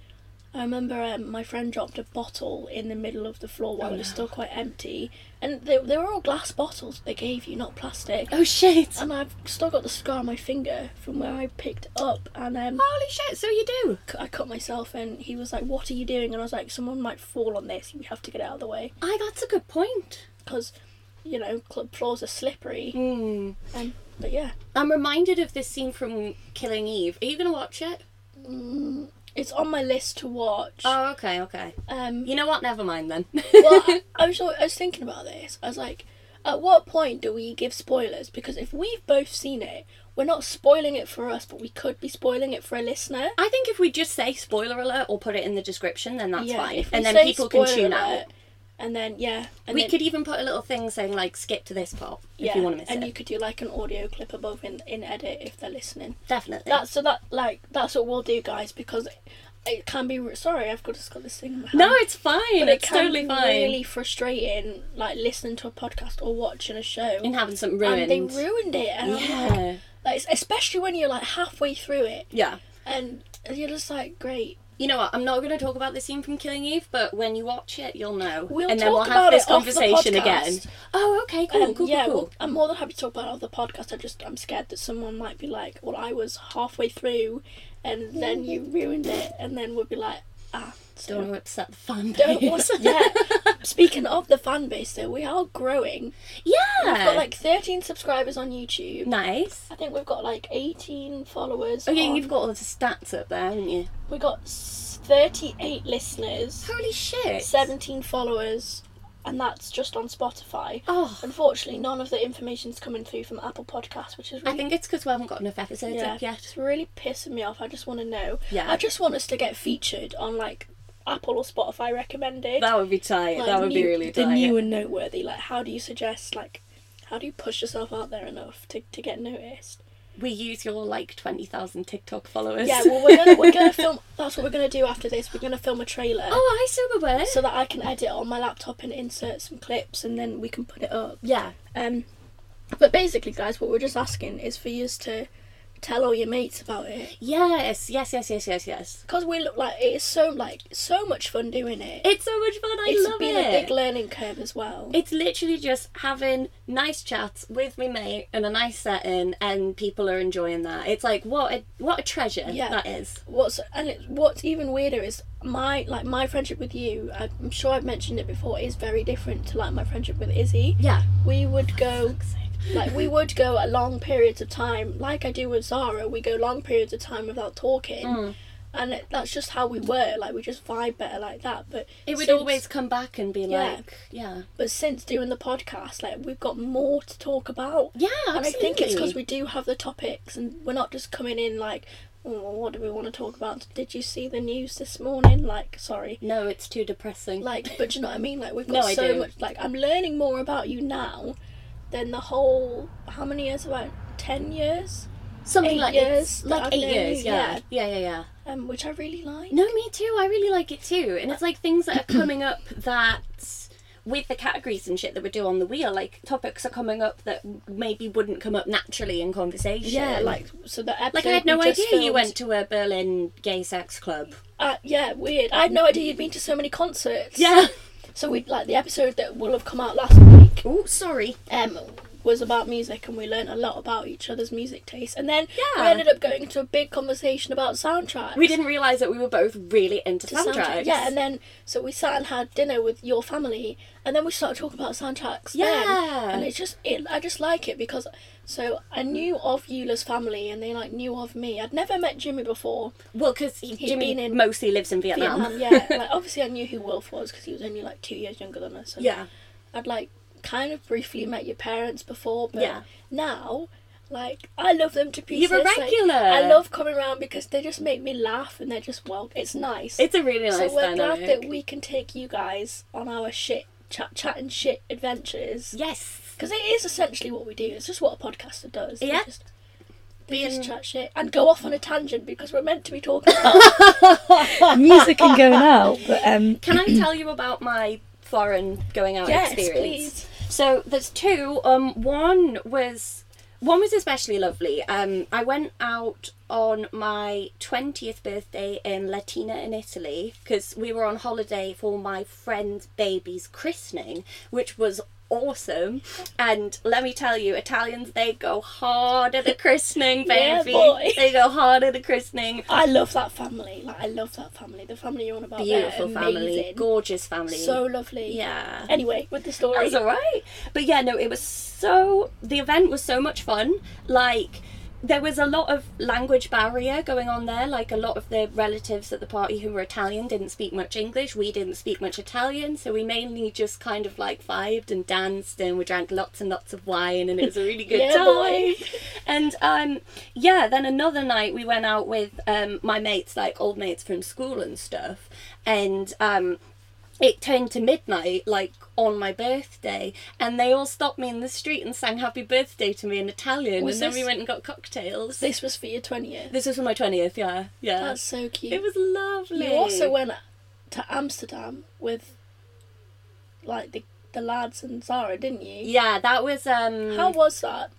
Speaker 1: I remember um, my friend dropped a bottle in the middle of the floor while it was still quite empty, and they, they were all glass bottles they gave you, not plastic.
Speaker 2: Oh shit.
Speaker 1: And I've still got the scar on my finger from where I picked it up, and um,
Speaker 2: Holy shit, so you do.
Speaker 1: cu- I cut myself. And he was like, "What are you doing?" And I was like, "Someone might fall on this. We have to get it out of the way
Speaker 2: I that's a good point.
Speaker 1: because, you know, club floors are slippery."
Speaker 2: Mm.
Speaker 1: Um, but yeah,
Speaker 2: I'm reminded of this scene from Killing Eve. Are you gonna watch it?
Speaker 1: mm, it's on my list to watch.
Speaker 2: Oh, okay, okay.
Speaker 1: um,
Speaker 2: You know what? Never mind then.
Speaker 1: well, I, I was I was thinking about this. I was like, at what point do we give spoilers? Because if we've both seen it, we're not spoiling it for us, but we could be spoiling it for a listener.
Speaker 2: I think if we just say spoiler alert or put it in the description, then that's fine,
Speaker 1: if we
Speaker 2: and then
Speaker 1: say
Speaker 2: people can
Speaker 1: spoiler
Speaker 2: tune
Speaker 1: alert,
Speaker 2: out.
Speaker 1: And then yeah, and
Speaker 2: We
Speaker 1: then-
Speaker 2: could even put a little thing saying like skip to this part
Speaker 1: yeah,
Speaker 2: if you want to miss
Speaker 1: and
Speaker 2: it.
Speaker 1: you could do like an audio clip above in in edit if they're listening.
Speaker 2: Definitely.
Speaker 1: That's so that like that's what we'll do, guys, because it, it can be re- sorry I've got just got this thing. In my hand.
Speaker 2: no, it's fine.
Speaker 1: But
Speaker 2: it's
Speaker 1: it can
Speaker 2: totally
Speaker 1: be
Speaker 2: fine.
Speaker 1: really frustrating, like listening to a podcast or watching a show.
Speaker 2: And having something
Speaker 1: and
Speaker 2: ruined.
Speaker 1: they ruined it, and I'm like,
Speaker 2: yeah.
Speaker 1: Like, it's- especially when you're like halfway through it
Speaker 2: Yeah.
Speaker 1: and you're just like, great.
Speaker 2: You know what? I'm not going to talk about the scene from Killing Eve, but when you watch it, you'll know.
Speaker 1: We'll
Speaker 2: and then we'll
Speaker 1: talk
Speaker 2: have
Speaker 1: about
Speaker 2: this
Speaker 1: it off the
Speaker 2: conversation again.
Speaker 1: podcast.
Speaker 2: Oh, okay, cool,
Speaker 1: Um,
Speaker 2: cool,
Speaker 1: yeah,
Speaker 2: cool,
Speaker 1: well, I'm more than happy to talk about it on the podcast. I just I'm scared that someone might be like, well, I was halfway through, and then you ruined it, and then we'll be like, ah,
Speaker 2: cool. Don't
Speaker 1: so.
Speaker 2: want to upset the fan base.
Speaker 1: Don't want- yeah. Speaking of the fan base, though, we are growing.
Speaker 2: yeah.
Speaker 1: We've got like 13 subscribers on YouTube.
Speaker 2: nice.
Speaker 1: I think we've got like 18 followers.
Speaker 2: Okay,
Speaker 1: on-
Speaker 2: you've got all the stats up there, haven't you?
Speaker 1: we got s- 38 listeners,
Speaker 2: Holy shit.
Speaker 1: 17 followers, and that's just on Spotify.
Speaker 2: Oh.
Speaker 1: Unfortunately, none of the information's coming through from Apple Podcasts, which is
Speaker 2: I
Speaker 1: really,
Speaker 2: think it's because we haven't got enough episodes
Speaker 1: yeah,
Speaker 2: up yet.
Speaker 1: it's really pissing me off. I just want to know.
Speaker 2: Yeah.
Speaker 1: I just want us to get featured on like Apple or Spotify recommended.
Speaker 2: That would be tight.
Speaker 1: Like,
Speaker 2: that would be
Speaker 1: new-
Speaker 2: really
Speaker 1: the
Speaker 2: tight.
Speaker 1: new and noteworthy. Like, how do you suggest like, how do you push yourself out there enough to, to get noticed?
Speaker 2: We use your like twenty thousand TikTok followers.
Speaker 1: Yeah, well we're gonna we're gonna film. That's what we're gonna do after this. We're gonna film a trailer.
Speaker 2: oh, I super word.
Speaker 1: So that I can edit it on my laptop and insert some clips, and then we can put it up.
Speaker 2: yeah,
Speaker 1: Um, but basically, guys, what we're just asking is for you to tell all your mates about it
Speaker 2: yes, yes, yes, yes, yes, yes.
Speaker 1: because we look like it is so like so much fun doing it.
Speaker 2: It's so much fun. I
Speaker 1: It's
Speaker 2: love
Speaker 1: been
Speaker 2: it.
Speaker 1: a big learning curve as well.
Speaker 2: it's literally just having nice chats with my mate in a nice setting, and people are enjoying that. It's like what a what a treasure
Speaker 1: Yeah.
Speaker 2: that is.
Speaker 1: what's and it, what's even weirder is my like my friendship with you. I'm sure I've mentioned it before. Is very different to like my friendship with Izzy.
Speaker 2: Yeah.
Speaker 1: We would go like we would go at long periods of time, like I do with Zara. We go long periods of time without talking,
Speaker 2: Mm.
Speaker 1: and it, that's just how we were. Like we just vibe better like that. But
Speaker 2: It would
Speaker 1: since-
Speaker 2: always come back and be
Speaker 1: Yeah.
Speaker 2: like, yeah,
Speaker 1: But since doing the podcast, like we've got more to talk about.
Speaker 2: yeah. Absolutely.
Speaker 1: And I think it's because we do have the topics, and we're not just coming in like, oh, what do we want to talk about? Did you see the news this morning? Like, sorry.
Speaker 2: no, it's too depressing.
Speaker 1: Like, but do you know what I mean? Like, we've
Speaker 2: No,
Speaker 1: got
Speaker 2: I
Speaker 1: so
Speaker 2: do.
Speaker 1: much. Like, I'm learning more about you now than the whole. How many years? About ten years.
Speaker 2: Something
Speaker 1: Eight
Speaker 2: like
Speaker 1: years
Speaker 2: it's
Speaker 1: that
Speaker 2: like
Speaker 1: I've
Speaker 2: eight
Speaker 1: known
Speaker 2: years,
Speaker 1: you,
Speaker 2: yeah. yeah, yeah, yeah.
Speaker 1: um, which I really like.
Speaker 2: No, me too. I really like it too. And it's like things that are coming up that with the categories and shit that we do on the wheel, like topics are coming up that maybe wouldn't come up naturally in conversation.
Speaker 1: Yeah, like so the episode.
Speaker 2: like I had no
Speaker 1: we
Speaker 2: idea
Speaker 1: just filmed-
Speaker 2: you went to a Berlin gay sex club.
Speaker 1: Uh, yeah, weird. I had no idea you'd been to so many concerts.
Speaker 2: Yeah.
Speaker 1: So we like the episode that will have come out last week
Speaker 2: Oh, sorry.
Speaker 1: um was about music and we learned a lot about each other's music taste and then we
Speaker 2: Yeah.
Speaker 1: ended up going to a big conversation about soundtracks.
Speaker 2: We didn't realize that we were both really into
Speaker 1: to
Speaker 2: soundtracks.
Speaker 1: Yeah, and then so we sat and had dinner with your family, and then we started talking about soundtracks. then.
Speaker 2: Yeah.
Speaker 1: and it's just it. I just like it because so I knew of Eula's family, and they like knew of me. I'd never met Jimmy before.
Speaker 2: well, because Jimmy
Speaker 1: been in
Speaker 2: mostly lives in Vietnam.
Speaker 1: Vietnam, yeah. Like obviously I knew who Wolf was because he was only like two years younger than us. and
Speaker 2: yeah.
Speaker 1: I'd like kind of briefly met your parents before, but
Speaker 2: Yeah.
Speaker 1: now. Like I love them to pieces.
Speaker 2: You're a
Speaker 1: like,
Speaker 2: regular.
Speaker 1: I love coming around because they just make me laugh and they're just well, it's nice.
Speaker 2: It's a really
Speaker 1: So
Speaker 2: nice
Speaker 1: we're
Speaker 2: dynamic.
Speaker 1: glad that we can take you guys on our shit chat, chat and shit adventures.
Speaker 2: yes.
Speaker 1: Because it is essentially what we do. It's just what a podcaster does. They
Speaker 2: Yeah.
Speaker 1: just, they
Speaker 2: Being-
Speaker 1: just chat shit and go off on a tangent because we're meant to be talking about
Speaker 3: Music and going out, but um,
Speaker 2: Can I tell you about my foreign going out
Speaker 1: yes,
Speaker 2: experience?
Speaker 1: please.
Speaker 2: So there's two. Um, one was one was especially lovely. Um, I went out on my twentieth birthday in Latina in Italy because we were on holiday for my friend's baby's christening, which was awesome. And let me tell you, Italians they go hard at a christening,
Speaker 1: Yeah,
Speaker 2: baby.
Speaker 1: boy.
Speaker 2: they go hard at a christening.
Speaker 1: I love that family. Like I love that family. The family you're on about. they're
Speaker 2: Beautiful family,
Speaker 1: amazing.
Speaker 2: gorgeous family.
Speaker 1: So lovely.
Speaker 2: yeah.
Speaker 1: Anyway, with the story.
Speaker 2: It was alright. But yeah, no, it was so. The event was so much fun. Like, there was a lot of language barrier going on there. Like, a lot of the relatives at the party who were Italian didn't speak much English. We didn't speak much Italian. So we mainly just kind of like vibed and danced and we drank lots and lots of wine and it was a really good
Speaker 1: Yeah,
Speaker 2: time.
Speaker 1: boy.
Speaker 2: And um, yeah, then another night we went out with um, my mates, like old mates from school and stuff. And um, it turned to midnight, like on my birthday, and they all stopped me in the street and sang happy birthday to me in Italian.
Speaker 1: Was
Speaker 2: and then
Speaker 1: this-
Speaker 2: we went and got cocktails.
Speaker 1: this was for your twentieth.
Speaker 2: This was for my 20th, yeah. Yeah.
Speaker 1: That's so cute.
Speaker 2: It was lovely.
Speaker 1: You also went to Amsterdam with like the the lads and Zara, didn't you?
Speaker 2: Yeah, that was um
Speaker 1: How was that?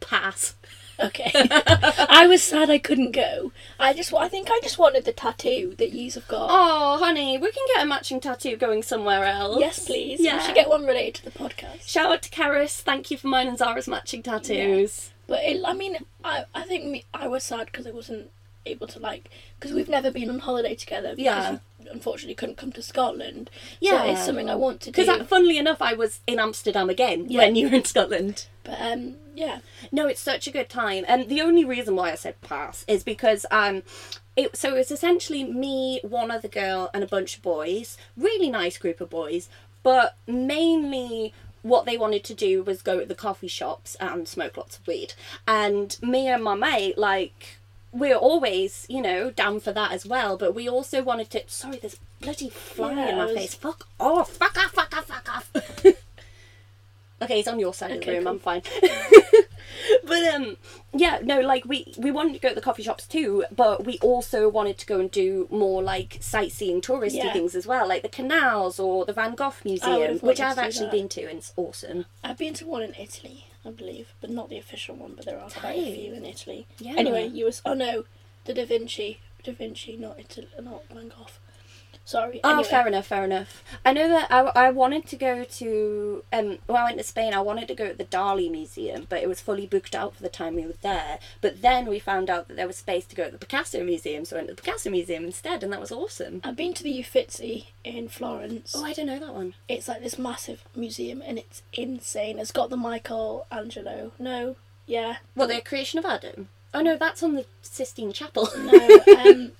Speaker 2: pass.
Speaker 1: Okay. I was sad I couldn't go. I just wa- I think I just wanted the tattoo that you have got.
Speaker 2: Oh, honey, we can get a matching tattoo going somewhere else.
Speaker 1: yes, please.
Speaker 2: Oh, Yeah.
Speaker 1: We should get one related to the podcast.
Speaker 2: Shout out to Karis. Thank you for mine and Zara's matching tattoos.
Speaker 1: But it, I mean, I I think me, I was sad because I wasn't able to like because we've never been on holiday together. because
Speaker 2: Yeah.
Speaker 1: we Unfortunately, couldn't come to Scotland.
Speaker 2: Yeah.
Speaker 1: so it's something I want to do.
Speaker 2: Because, uh, funnily enough, I was in Amsterdam again
Speaker 1: Yeah.
Speaker 2: when you were in Scotland.
Speaker 1: but um, yeah,
Speaker 2: No, it's such a good time. And the only reason why I said pass is because um it so it's essentially me, one other girl and a bunch of boys. Really nice group of boys, but mainly what they wanted to do was go at the coffee shops and smoke lots of weed. And me and my mate like we're always, you know, down for that as well, but we also wanted to sorry, there's bloody fly
Speaker 1: Yeah,
Speaker 2: in
Speaker 1: I
Speaker 2: my
Speaker 1: was-
Speaker 2: face. Fuck off, fuck off, fuck off, fuck off. okay, he's on your side of the
Speaker 1: Okay,
Speaker 2: room, I'm fine. but um yeah no like we we wanted to go to the coffee shops too but we also wanted to go and do more like sightseeing touristy
Speaker 1: Yeah.
Speaker 2: things as well like the canals or the van gogh museum
Speaker 1: wanted
Speaker 2: which
Speaker 1: to
Speaker 2: i've
Speaker 1: see
Speaker 2: actually
Speaker 1: that.
Speaker 2: been to and it's awesome
Speaker 1: I've been to one in Italy, I believe, but not the official one. But there are quite a few in Italy.
Speaker 2: Yeah.
Speaker 1: Anyway, you was oh no, the Da Vinci, Da Vinci, not Italy, not Van Gogh. Sorry.
Speaker 2: Oh,
Speaker 1: anyway.
Speaker 2: fair enough, fair enough. I know that I, I wanted to go to um when I went to Spain, I wanted to go to the Dali Museum, but it was fully booked out for the time we were there. But then we found out that there was space to go to the Picasso Museum, so I went to the Picasso Museum instead, and that was awesome.
Speaker 1: I've been to the Uffizi in Florence.
Speaker 2: Oh, I don't know that one.
Speaker 1: It's like this massive museum, and it's insane. It's got the Michelangelo. No, yeah,
Speaker 2: Well, the creation of Adam. Oh no, that's on the Sistine Chapel.
Speaker 1: no. Um,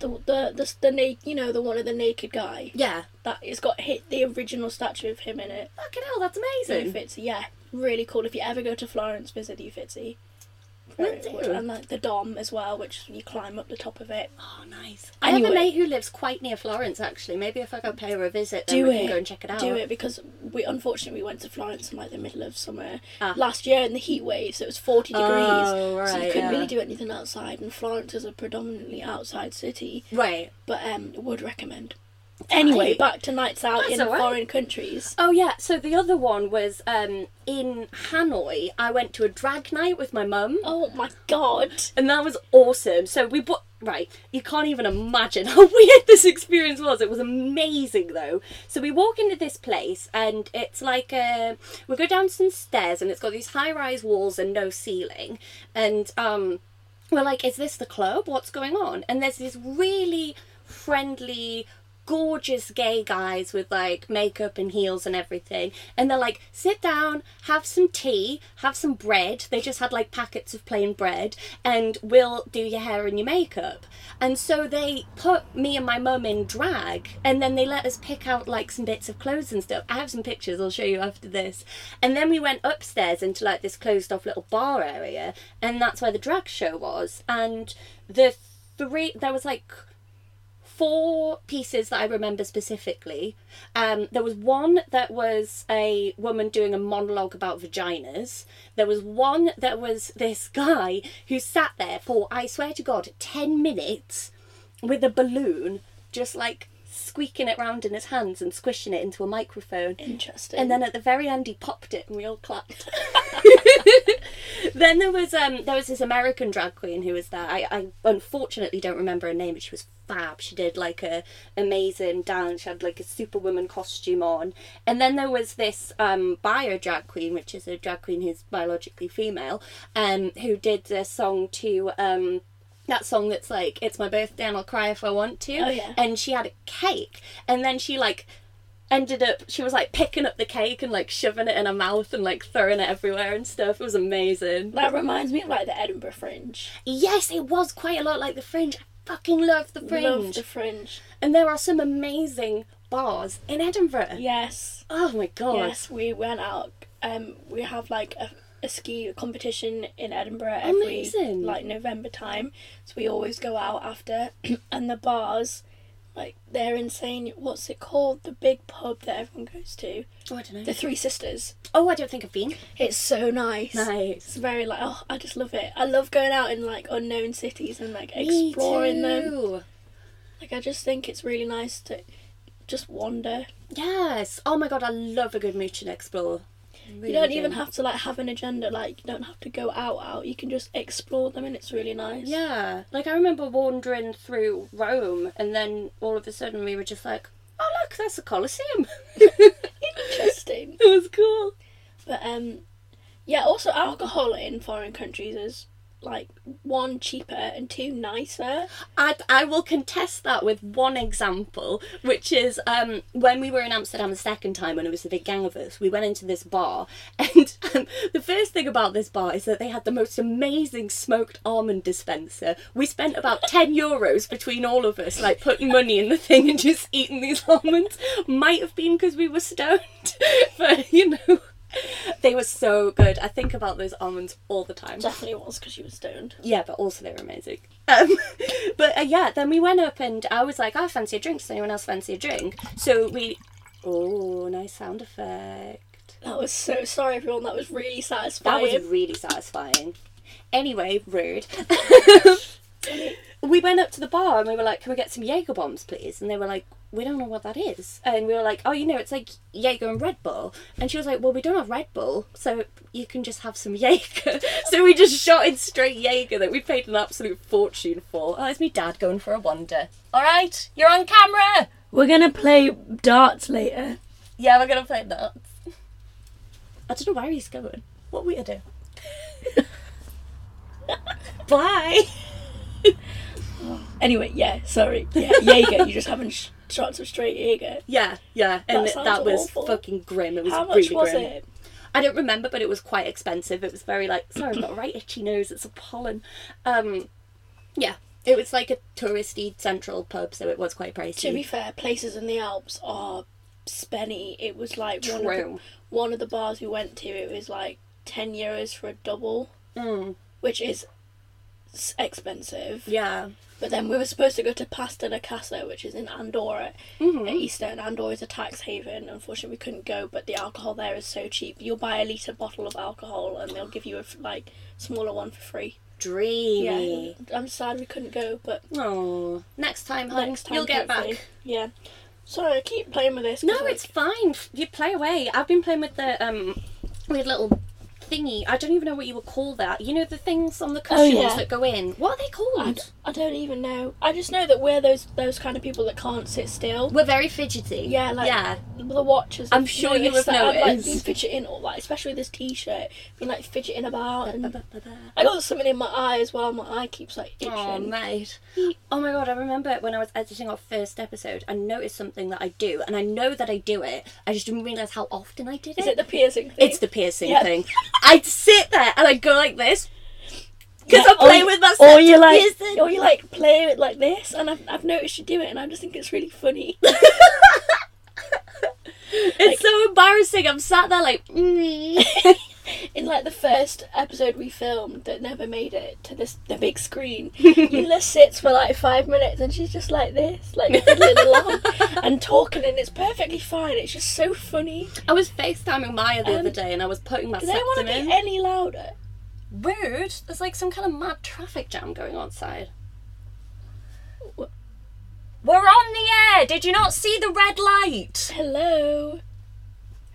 Speaker 1: the the the, the na- you know the one of the naked guy
Speaker 2: yeah.
Speaker 1: that it's got hit the original statue of him in it.
Speaker 2: Fucking hell, that's
Speaker 1: The
Speaker 2: amazing.
Speaker 1: Uffizi, yeah, really cool. If you ever go to Florence, visit the Uffizi. Very
Speaker 2: do.
Speaker 1: good. And like the Dom as well, which you climb up the top of it.
Speaker 2: Oh, nice. I have a
Speaker 1: Anyway.
Speaker 2: mate who lives quite near Florence, actually. Maybe if I go pay her a visit, then
Speaker 1: Do
Speaker 2: we
Speaker 1: it.
Speaker 2: can go and check it out.
Speaker 1: Do it because we unfortunately we went to Florence in like the middle of summer
Speaker 2: Ah.
Speaker 1: last year in the heat wave, so it was forty degrees.
Speaker 2: Oh,
Speaker 1: so you
Speaker 2: right,
Speaker 1: couldn't
Speaker 2: yeah.
Speaker 1: really do anything outside, and Florence is a predominantly outside city.
Speaker 2: Right.
Speaker 1: But um, would recommend. Anyway,
Speaker 2: Right.
Speaker 1: back to nights out
Speaker 2: That's
Speaker 1: in
Speaker 2: alright.
Speaker 1: foreign countries.
Speaker 2: Oh yeah. So the other one was um, in Hanoi. I went to a drag night with my mum,
Speaker 1: Oh my god!
Speaker 2: and that was awesome. So we bought. Right, you can't even imagine how weird this experience was. It was amazing though. So we walk into this place, and it's like a, we go down some stairs, and it's got these high-rise walls and no ceiling, and um, we're like, is this the club? What's going on? And there's these really friendly, gorgeous gay guys with like makeup and heels and everything. And they're like, sit down, have some tea, have some bread. They just had like packets of plain bread, and we'll do your hair and your makeup. And so they put me and my mum in drag, and then they let us pick out like some bits of clothes and stuff. I have some pictures I'll show you after this. And then we went upstairs into like this closed off little bar area, and that's where the drag show was. And the three, there was like four pieces that I remember specifically. Um, there was one that was a woman doing a monologue about vaginas. There was one that was this guy who sat there for, I swear to God, 10 minutes with a balloon, just like squeaking it round in his hands and squishing it into a microphone.
Speaker 1: Interesting.
Speaker 2: And then at the very end, he popped it, and we all clapped. then there was um there was this American drag queen who was there. I, I unfortunately don't remember her name, but she was fab. She did like a amazing dance. She had like a superwoman costume on. And then there was this um bio drag queen, which is a drag queen who's biologically female, um who did a song to um. That song that's like, it's my birthday and I'll cry if I want to.
Speaker 1: Oh, yeah.
Speaker 2: And she had a cake. And then she like ended up she was like picking up the cake and like shoving it in her mouth and like throwing it everywhere and stuff. It was amazing.
Speaker 1: that reminds me of like the Edinburgh Fringe.
Speaker 2: Yes, it was quite a lot like the fringe. I fucking love the fringe.
Speaker 1: Love the Fringe.
Speaker 2: and there are some amazing bars in Edinburgh.
Speaker 1: Yes.
Speaker 2: Oh my god.
Speaker 1: Yes, we went out. Um, we have like a, a ski competition in Edinburgh every
Speaker 2: Amazing.
Speaker 1: like November time. So we always go out after, and the bars, like they're insane. What's it called? The big pub that everyone goes to.
Speaker 2: Oh, I don't know.
Speaker 1: The Three Sisters.
Speaker 2: Oh, I don't think I've been.
Speaker 1: It's so nice. It's
Speaker 2: Nice.
Speaker 1: very like oh, I just love it. I love going out in like unknown cities and like exploring them. Like I just think it's really nice to just wander.
Speaker 2: Yes. Oh my god, I love a good mooch and explore. Really
Speaker 1: You don't
Speaker 2: do.
Speaker 1: even have to like have an agenda. Like you don't have to go out out. You can just explore them, and it's really nice.
Speaker 2: Yeah. Like I remember wandering through Rome and then all of a sudden we were just like, Oh look, that's the Colosseum.
Speaker 1: interesting.
Speaker 2: It was cool.
Speaker 1: But um, yeah. Also, alcohol in foreign countries is like one cheaper and two nicer.
Speaker 2: I, I will contest that with one example, which is um, when we were in Amsterdam the second time, when it was the big gang of us, we went into this bar. And um, the first thing about this bar is that they had the most amazing smoked almond dispenser. We spent about 10 euros between all of us, like putting money in the thing and just eating these almonds. Might have been because we were stoned, but you know. They were so good. I think about those almonds all the time.
Speaker 1: Definitely was because she was stoned.
Speaker 2: Yeah, but also they were amazing. Um, but uh, yeah, then we went up and I was like, I fancy a drink. Does anyone else fancy a drink? So we. Oh, nice sound effect.
Speaker 1: That was so sorry, everyone. That was really
Speaker 2: That
Speaker 1: satisfying.
Speaker 2: was really satisfying. Anyway, rude. we went up to the bar and we were like, Can we get some Jaeger bombs, please? And they were like, We don't know what that is. And we were like, Oh, you know, it's like Jaeger and Red Bull. And she was like, Well, we don't have Red Bull, so you can just have some Jaeger. so we just shot in straight Jaeger that we paid an absolute fortune for. Oh, it's me dad going for a wander. All right, you're on camera.
Speaker 3: We're gonna play darts later.
Speaker 2: Yeah, we're gonna play nuts. I don't know where he's going. What weirdo. Bye.
Speaker 1: Anyway, yeah. Sorry. Yeah, Jaeger. you just haven't sh- shot some straight Jaeger.
Speaker 2: Yeah, yeah, and
Speaker 1: That
Speaker 2: that,
Speaker 1: sounds
Speaker 2: was
Speaker 1: awful.
Speaker 2: fucking grim. It was
Speaker 1: How much
Speaker 2: really
Speaker 1: was
Speaker 2: grim.
Speaker 1: it?
Speaker 2: I don't remember, but it was quite expensive. It was very like, sorry, I've got a right itchy nose. It's a pollen. Um, yeah, it was like a touristy central pub, so it was quite pricey.
Speaker 1: To be fair, places in the Alps are spenny. It was like one of, the,
Speaker 2: True.
Speaker 1: one of the bars we went to. It was like ten euros for a double,
Speaker 2: Mm.
Speaker 1: which is s- expensive.
Speaker 2: Yeah.
Speaker 1: But then we were supposed to go to Pasta La Casa, which is in Andorra
Speaker 2: Hmm.
Speaker 1: at Easter, and Andorra is a tax haven. Unfortunately, we couldn't go, but the alcohol there is so cheap. You'll buy a litre bottle of alcohol, and they'll give you a f- like smaller one for free. Yeah,
Speaker 2: Dreamy.
Speaker 1: I'm sad we couldn't go, but
Speaker 2: Oh. Next time, hon,
Speaker 1: next time
Speaker 2: you'll get
Speaker 1: hopefully.
Speaker 2: back.
Speaker 1: Yeah. Sorry, I keep playing with this. 'cause,
Speaker 2: No,
Speaker 1: like,
Speaker 2: it's fine. You play away. I've been playing with the um weird little thingy. I don't even know what you would call that. You know the things on the cushions
Speaker 1: yeah.
Speaker 2: that go in. What are they
Speaker 1: I,
Speaker 2: called?
Speaker 1: d- I don't even know. I just know that we're those those kind of people that can't sit still.
Speaker 2: We're very fidgety.
Speaker 1: Yeah, like
Speaker 2: yeah.
Speaker 1: the watchers.
Speaker 2: I'm sure you have
Speaker 1: noticed that I've, like been
Speaker 2: noticed.
Speaker 1: fidgeting all like especially this t-shirt, been like fidgeting about, and I got something in my eye as well. My eye keeps like itching.
Speaker 2: Oh mate. Oh my god, I remember when I was editing our first episode, I noticed something that I do, and I know that I do it. I just didn't realise how often I did it.
Speaker 1: Is it the piercing thing?
Speaker 2: it's the piercing
Speaker 1: Yeah.
Speaker 2: thing. I'd sit there and I'd go like this. Because
Speaker 3: Yeah,
Speaker 2: I'm playing
Speaker 3: or-
Speaker 2: with that
Speaker 3: or you like-
Speaker 2: piercing.
Speaker 1: Or you like play it like this, and I've, I've noticed you do it, and I just think it's really funny.
Speaker 2: It's so embarrassing. I'm sat there like, mm.
Speaker 1: in like the first episode we filmed that never made it to this the big screen, Eula sits for like five minutes and she's just like this, like fiddling along and talking, and it's perfectly fine. It's just so funny.
Speaker 2: I was FaceTiming Maya the
Speaker 1: Um,
Speaker 2: other day and I was putting my
Speaker 1: Do they want to
Speaker 2: septum
Speaker 1: be
Speaker 2: in.
Speaker 1: any louder?
Speaker 2: Rude. There's like some kind of mad traffic jam going on outside.
Speaker 1: Wha-
Speaker 2: We're on the air. Did you not see the red light?
Speaker 1: Hello,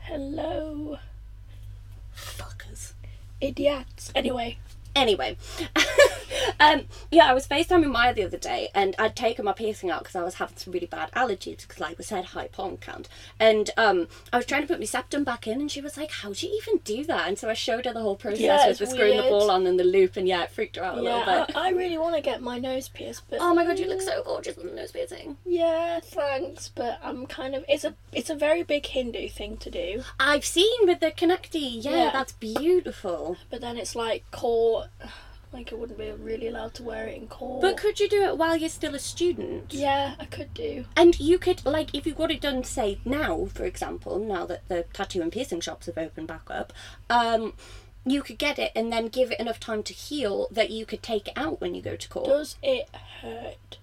Speaker 1: hello,
Speaker 2: Fuckers.
Speaker 1: idiots. Anyway,
Speaker 2: Anyway, um, yeah, I was FaceTiming Maya the other day and I'd taken my piercing out because I was having some really bad allergies because, like we said, high pollen count. And um, I was trying to put my septum back in and she was like, How do you even do that? And so I showed her the whole process
Speaker 1: Yeah,
Speaker 2: with
Speaker 1: it's
Speaker 2: the screwing the
Speaker 1: weird.
Speaker 2: ball on and the loop and yeah, it freaked her out a little
Speaker 1: yeah,
Speaker 2: bit.
Speaker 1: I, I really want to get my nose pierced, but
Speaker 2: Oh my god, you look so gorgeous with a nose piercing.
Speaker 1: yeah, thanks. But I'm kind of it's a it's a very big Hindu thing to do.
Speaker 2: I've seen with the connectee. Yeah,
Speaker 1: Yeah.
Speaker 2: that's beautiful.
Speaker 1: But then it's like core. Like I wouldn't be really allowed to wear it in core.
Speaker 2: But could you do it while you're still a student?
Speaker 1: yeah, I could do.
Speaker 2: And you could, like, if you got it done, say, now, for example, now that the tattoo and piercing shops have opened back up, um, you could get it and then give it enough time to heal that you could take it out when you go to court.
Speaker 1: Does it hurt?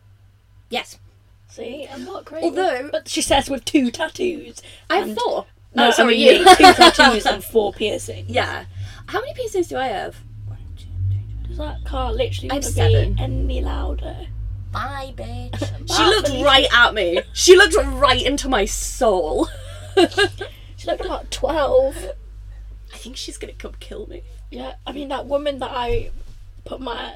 Speaker 2: yes.
Speaker 1: See, I'm not crazy.
Speaker 2: Although,
Speaker 1: but she says with two tattoos.
Speaker 2: I have
Speaker 1: and-
Speaker 2: four.
Speaker 1: No,
Speaker 2: oh, sorry,
Speaker 1: sorry,
Speaker 2: you.
Speaker 1: two tattoos and four piercings.
Speaker 2: yeah. How many piercings do I have? One, two, three,
Speaker 1: Does that car literally
Speaker 2: I have
Speaker 1: want to
Speaker 2: seven.
Speaker 1: be any louder?
Speaker 2: Bye, bitch. she
Speaker 1: Bye,
Speaker 2: looked
Speaker 1: Felicia.
Speaker 2: right at me. She looked right into my soul.
Speaker 1: She looked about twelve.
Speaker 2: I think she's gonna come kill me.
Speaker 1: Yeah, I mean that woman that I put my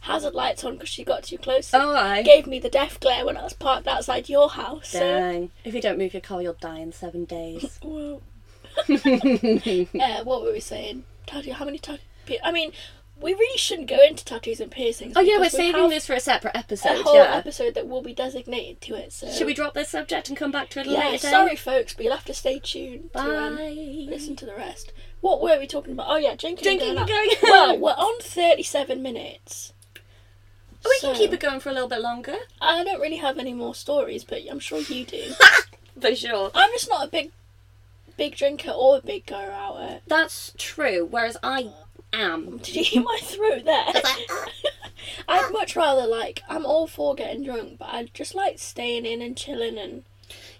Speaker 1: hazard lights on because she got too close.
Speaker 2: Oh, I.
Speaker 1: Gave me the death glare when I was parked outside your house. So,
Speaker 2: Dang. If you don't move your car, you'll die in seven days.
Speaker 1: Whoa. uh, what were we saying? Tattoo? How many tattoos? I mean, we really shouldn't go into tattoos and piercings.
Speaker 2: oh, yeah, we're
Speaker 1: because we
Speaker 2: saving
Speaker 1: have
Speaker 2: this for a separate episode.
Speaker 1: A whole
Speaker 2: yeah.
Speaker 1: episode that will be designated to it. So
Speaker 2: Should we drop this subject and come back to it
Speaker 1: Yeah,
Speaker 2: later?
Speaker 1: sorry, folks, but you'll have to stay tuned to um,
Speaker 2: Bye.
Speaker 1: listen to the rest. What were we talking about? Oh yeah, drinking,
Speaker 2: Drinking
Speaker 1: and going.
Speaker 2: and
Speaker 1: out.
Speaker 2: going
Speaker 1: well,
Speaker 2: out.
Speaker 1: we're on thirty-seven minutes.
Speaker 2: Oh, We can
Speaker 1: So-
Speaker 2: keep it going for a little bit longer.
Speaker 1: I don't really have any more stories, but I'm sure you do.
Speaker 2: For sure.
Speaker 1: I'm just not a big, big drinker or a big go outer.
Speaker 2: That's true, whereas I am.
Speaker 1: Did you hear my throat there? I'd much rather like I'm all for getting drunk, but I'd just like staying in and chilling and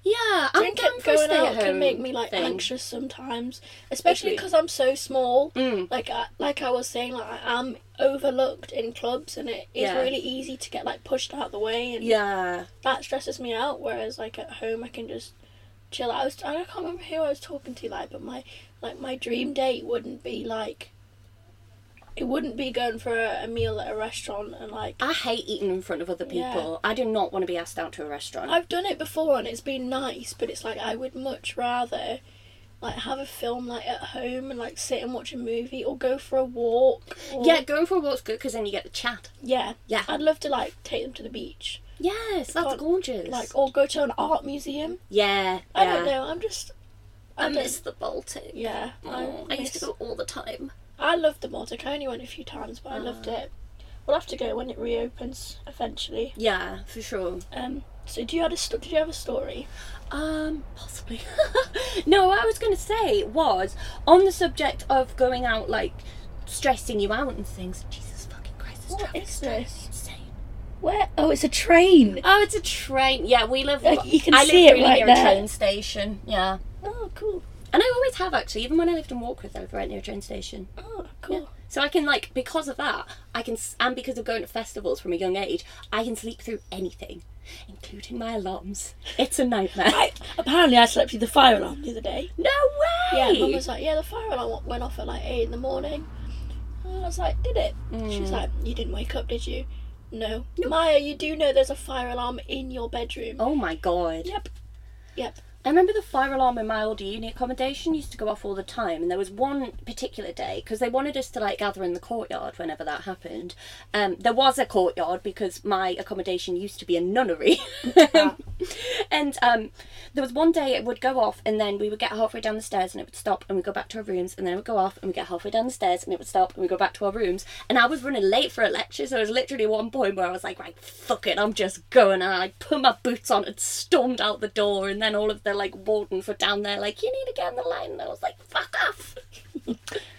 Speaker 2: Yeah, I'm
Speaker 1: drinking.
Speaker 2: down for a
Speaker 1: Going
Speaker 2: stay
Speaker 1: out
Speaker 2: at home
Speaker 1: can make me like
Speaker 2: thing.
Speaker 1: anxious sometimes, especially
Speaker 2: Agree.
Speaker 1: because I'm so small.
Speaker 2: Mm.
Speaker 1: Like I, like I was saying, like I am overlooked in clubs, and it is
Speaker 2: Yeah.
Speaker 1: really easy to get like pushed out the way, and
Speaker 2: Yeah.
Speaker 1: that stresses me out. Whereas like at home, I can just chill. I was I can't remember who I was talking to like, but my like my dream date wouldn't be like. It wouldn't be going for a, a meal at a restaurant and like
Speaker 2: I hate eating in front of other
Speaker 1: Yeah.
Speaker 2: people. I do not want to be asked out to a restaurant.
Speaker 1: I've done it before and it's been nice, but it's like I would much rather like have a film like at home and like sit and watch a movie or go for a walk. Or,
Speaker 2: yeah, going for a walk's good because then you get the chat.
Speaker 1: yeah,
Speaker 2: Yeah.
Speaker 1: I'd love to like take them to the beach,
Speaker 2: Yes, that's
Speaker 1: can't-
Speaker 2: gorgeous.
Speaker 1: like or go to an art museum.
Speaker 2: yeah,
Speaker 1: I
Speaker 2: yeah.
Speaker 1: don't know. I'm just. I,
Speaker 2: I
Speaker 1: don't-
Speaker 2: miss the Baltic.
Speaker 1: Yeah,
Speaker 2: Oh, I,
Speaker 1: I,
Speaker 2: used to
Speaker 1: miss-
Speaker 2: go all the time.
Speaker 1: I loved the Baltic. I only went a few times,
Speaker 2: Uh.
Speaker 1: but I loved it. We'll have to go when it reopens eventually.
Speaker 2: Yeah, for sure.
Speaker 1: Um. So, do you had a sto- did you have a story?
Speaker 2: Um, possibly. no, what I was going to say was on the subject of going out, like stressing you out and things. Jesus fucking Christ, this
Speaker 1: What
Speaker 2: traffic
Speaker 1: is
Speaker 2: stress
Speaker 1: this?
Speaker 2: is insane.
Speaker 1: Where?
Speaker 3: Oh, it's a train.
Speaker 2: Oh, it's a train. Yeah, we live.
Speaker 1: Like, you can
Speaker 2: I live
Speaker 1: see it
Speaker 2: really
Speaker 1: right
Speaker 2: near a
Speaker 1: there.
Speaker 2: train station. Yeah,
Speaker 1: Oh, cool.
Speaker 2: and I always have actually. Even when I lived in Warkworth, I lived right near a train station.
Speaker 1: Oh, cool.
Speaker 2: So I can like because of that, I can s- and because of going to festivals from a young age, I can sleep through anything, including my alarms. It's a nightmare.
Speaker 1: I,
Speaker 3: Apparently, I slept through the fire alarm the other day.
Speaker 2: No
Speaker 1: yeah,
Speaker 2: way.
Speaker 1: mum was like, yeah, the fire alarm went off at like eight in the morning. And I was like, did it? She
Speaker 2: Mm.
Speaker 1: was like, you didn't wake up, did you? No. Maya, you do know there's a fire alarm in your bedroom.
Speaker 2: oh my god.
Speaker 1: Yep. Yep.
Speaker 2: I remember the fire alarm in my old uni accommodation used to go off all the time, and there was one particular day because they wanted us to like gather in the courtyard whenever that happened. Um, there was a courtyard because my accommodation used to be a nunnery, and um, there was one day it would go off, and then we would get halfway down the stairs and it would stop, and we'd go back to our rooms, and then it would go off, and we'd get halfway down the stairs and it would stop, and we'd go back to our rooms. And I was running late for a lecture, so there was literally one point where I was like, right, fuck it, I'm just going. And I put my boots on and stormed out the door, and then all of the like wardens were down there, like, you need to get on the line. And I was like, fuck off.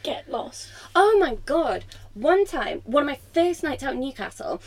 Speaker 1: Get lost.
Speaker 2: Oh my god! One time, one of my first nights out in Newcastle,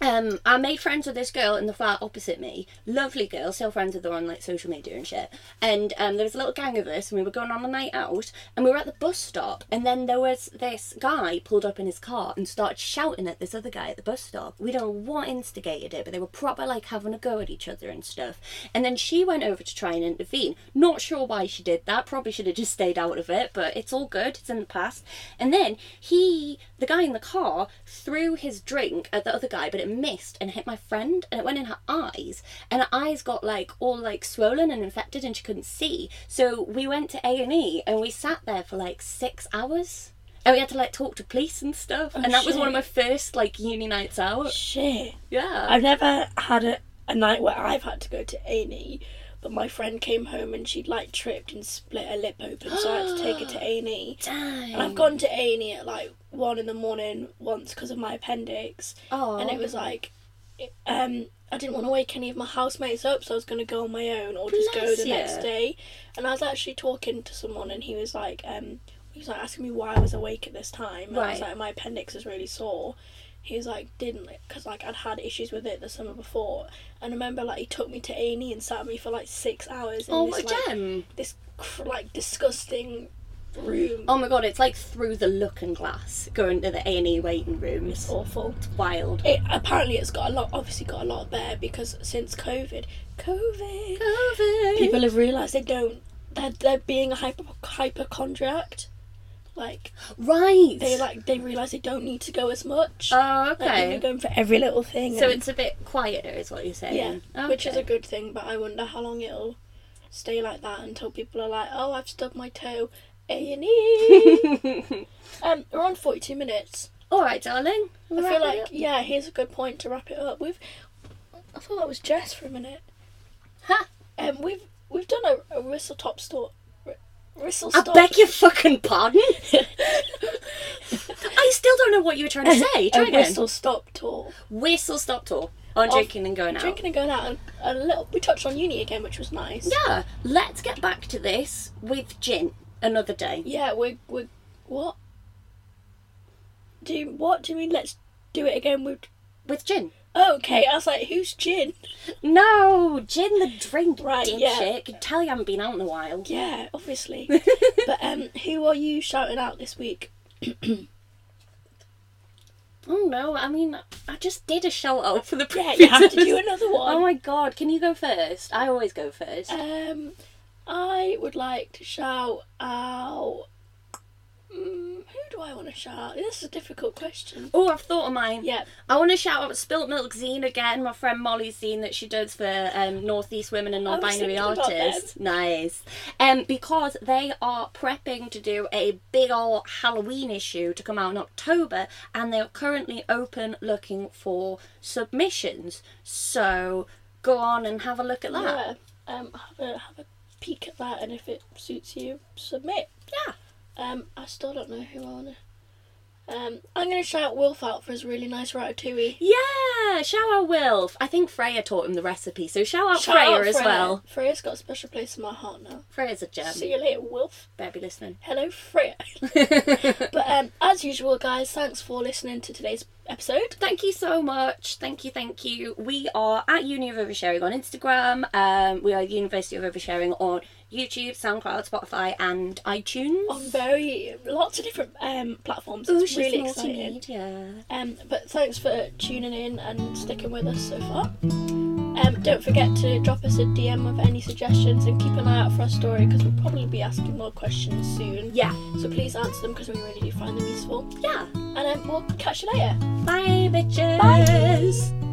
Speaker 2: um, I made friends with this girl in the flat opposite me. Lovely girl, still friends with her on like social media and shit. And um, there was a little gang of us, and we were going on a night out, and we were at the bus stop, and then there was this guy pulled up in his car and started shouting at this other guy at the bus stop. We don't know what instigated it, but they were proper like having a go at each other and stuff. And then she went over to try and intervene. Not sure why she did that. Probably should have just stayed out of it, but it's all good. It's in the past. And then he, the guy in the car, threw his drink at the other guy, but it missed and hit my friend, and it went in her eyes. And her eyes got like all like swollen and infected, and she couldn't see. So we went to A and E, and we sat there for like six hours. And we had to like talk to police and stuff. and that was one of my first like uni nights out.
Speaker 1: Oh, Shit.
Speaker 2: Yeah.
Speaker 1: I've never had a, a night where I've had to go to A&E, but my friend came home and she'd like tripped and split her lip open, so I had to take her to A&E. And I've
Speaker 2: Dang.
Speaker 1: gone to A&E at like one in the morning once because of my appendix,
Speaker 2: Oh.
Speaker 1: and it was like, it- um, I didn't want to wake any of my housemates up, so I was going to go on my own or just go
Speaker 2: Bless
Speaker 1: the
Speaker 2: ya.
Speaker 1: next day. And I was actually talking to someone, and he was like, um, he was like asking me why I was awake at this time. And I was
Speaker 2: Right.
Speaker 1: like, my appendix is really sore. He was like, didn't because like I'd had issues with it the summer before, and I remember like he took me to A and E and sat me for like six hours in
Speaker 2: Oh,
Speaker 1: this
Speaker 2: what a
Speaker 1: like
Speaker 2: gem.
Speaker 1: this cr- like disgusting room.
Speaker 2: Oh my god, it's like through the looking glass going to the A and E waiting room.
Speaker 1: It's
Speaker 2: It's
Speaker 1: awful.
Speaker 2: wild.
Speaker 1: It apparently it's got a lot, obviously got a lot better because since COVID, COVID, people have realised they don't. They're, they're being a hyper hypochondriac. Like
Speaker 2: right.
Speaker 1: they like they realise they don't need to go as much.
Speaker 2: oh
Speaker 1: Like, they've been
Speaker 2: okay.
Speaker 1: going for every little thing.
Speaker 2: So
Speaker 1: and-
Speaker 2: it's a bit quieter, is what you're
Speaker 1: yeah,
Speaker 2: saying.
Speaker 1: which is a
Speaker 2: Okay.
Speaker 1: good thing. But I wonder how long it'll stay like that until people are like, "Oh, I've stubbed my toe." A and E. Um, we're on forty-two minutes.
Speaker 2: All right, darling.
Speaker 1: I
Speaker 2: Wrap
Speaker 1: feel
Speaker 2: it
Speaker 1: like
Speaker 2: up.
Speaker 1: yeah, here's a good point to wrap it up. We've I thought that was Jess for a minute.
Speaker 2: Ha!
Speaker 1: Um, we've we've done a, a whistle top store. Whistle
Speaker 2: I
Speaker 1: stop.
Speaker 2: beg your fucking pardon. I still don't know what you were trying to say. Try
Speaker 1: a
Speaker 2: again. Whistle.
Speaker 1: whistle stop tour.
Speaker 2: stop tour on drinking and going out.
Speaker 1: Drinking and going out, and a little. We touched on uni again, which was nice.
Speaker 2: Yeah. Let's get back to this with gin another day.
Speaker 1: Yeah, we're we are what? Do you, what do you mean? Let's do it again with. oh,
Speaker 2: With gin.
Speaker 1: Okay, I was like, who's gin?
Speaker 2: No, gin the drink,
Speaker 1: Right,
Speaker 2: dipshit.
Speaker 1: yeah.
Speaker 2: Can tell you haven't been out in a while.
Speaker 1: Yeah, obviously. but um, who are you shouting out this week?
Speaker 2: Oh no, I mean, I just did a shout out for the
Speaker 1: Yeah,
Speaker 2: previous.
Speaker 1: you have to do another one.
Speaker 2: Oh my god, can you go first? I always go first.
Speaker 1: Um, I would like to shout out. Mm, who do I want to shout? out? This is a difficult question.
Speaker 2: oh, I've thought of mine.
Speaker 1: Yeah,
Speaker 2: I want to shout out Spilt Milk Zine again, my friend Molly's zine that she does for um, Northeast women and non binary
Speaker 1: thinking about
Speaker 2: artists. Nice. Um, because they are prepping to do a big ol' Halloween issue to come out in October, and they are currently open looking for submissions. So go on and have a look at
Speaker 1: yeah.
Speaker 2: that.
Speaker 1: Um, have a have a peek at that, and if it suits you, submit.
Speaker 2: Yeah.
Speaker 1: Um, I still don't know who I want to. Um, I'm gonna shout Wolf out for his really nice ratatouille.
Speaker 2: Yeah, shout out Wilf. I think Freya taught him the recipe, so shout out
Speaker 1: Shout
Speaker 2: Freya
Speaker 1: out
Speaker 2: as well.
Speaker 1: Freya's got a special place in my heart now.
Speaker 2: Freya's a gem.
Speaker 1: See you later, Wolf.
Speaker 2: Better be listening.
Speaker 1: Hello, Freya. but um, as as usual, guys, thanks for listening to today's episode.
Speaker 2: Thank you so much. Thank you, thank you. We are at Uni of Oversharing on Instagram. Um, we are University of Oversharing on YouTube, SoundCloud, Spotify, and iTunes.
Speaker 1: On very lots of different um, platforms.
Speaker 2: Ooh,
Speaker 1: it's
Speaker 2: she's
Speaker 1: really exciting.
Speaker 2: multimedia.
Speaker 1: Um, but thanks for tuning in and sticking with us so far. Um, don't forget to drop us a DM with any suggestions and keep an eye out for our story because we'll probably be asking more questions soon.
Speaker 2: Yeah,
Speaker 1: So please answer them because we really do find them useful.
Speaker 2: yeah.
Speaker 1: And um, we'll catch you later.
Speaker 2: Bye, bitches.
Speaker 1: Bye.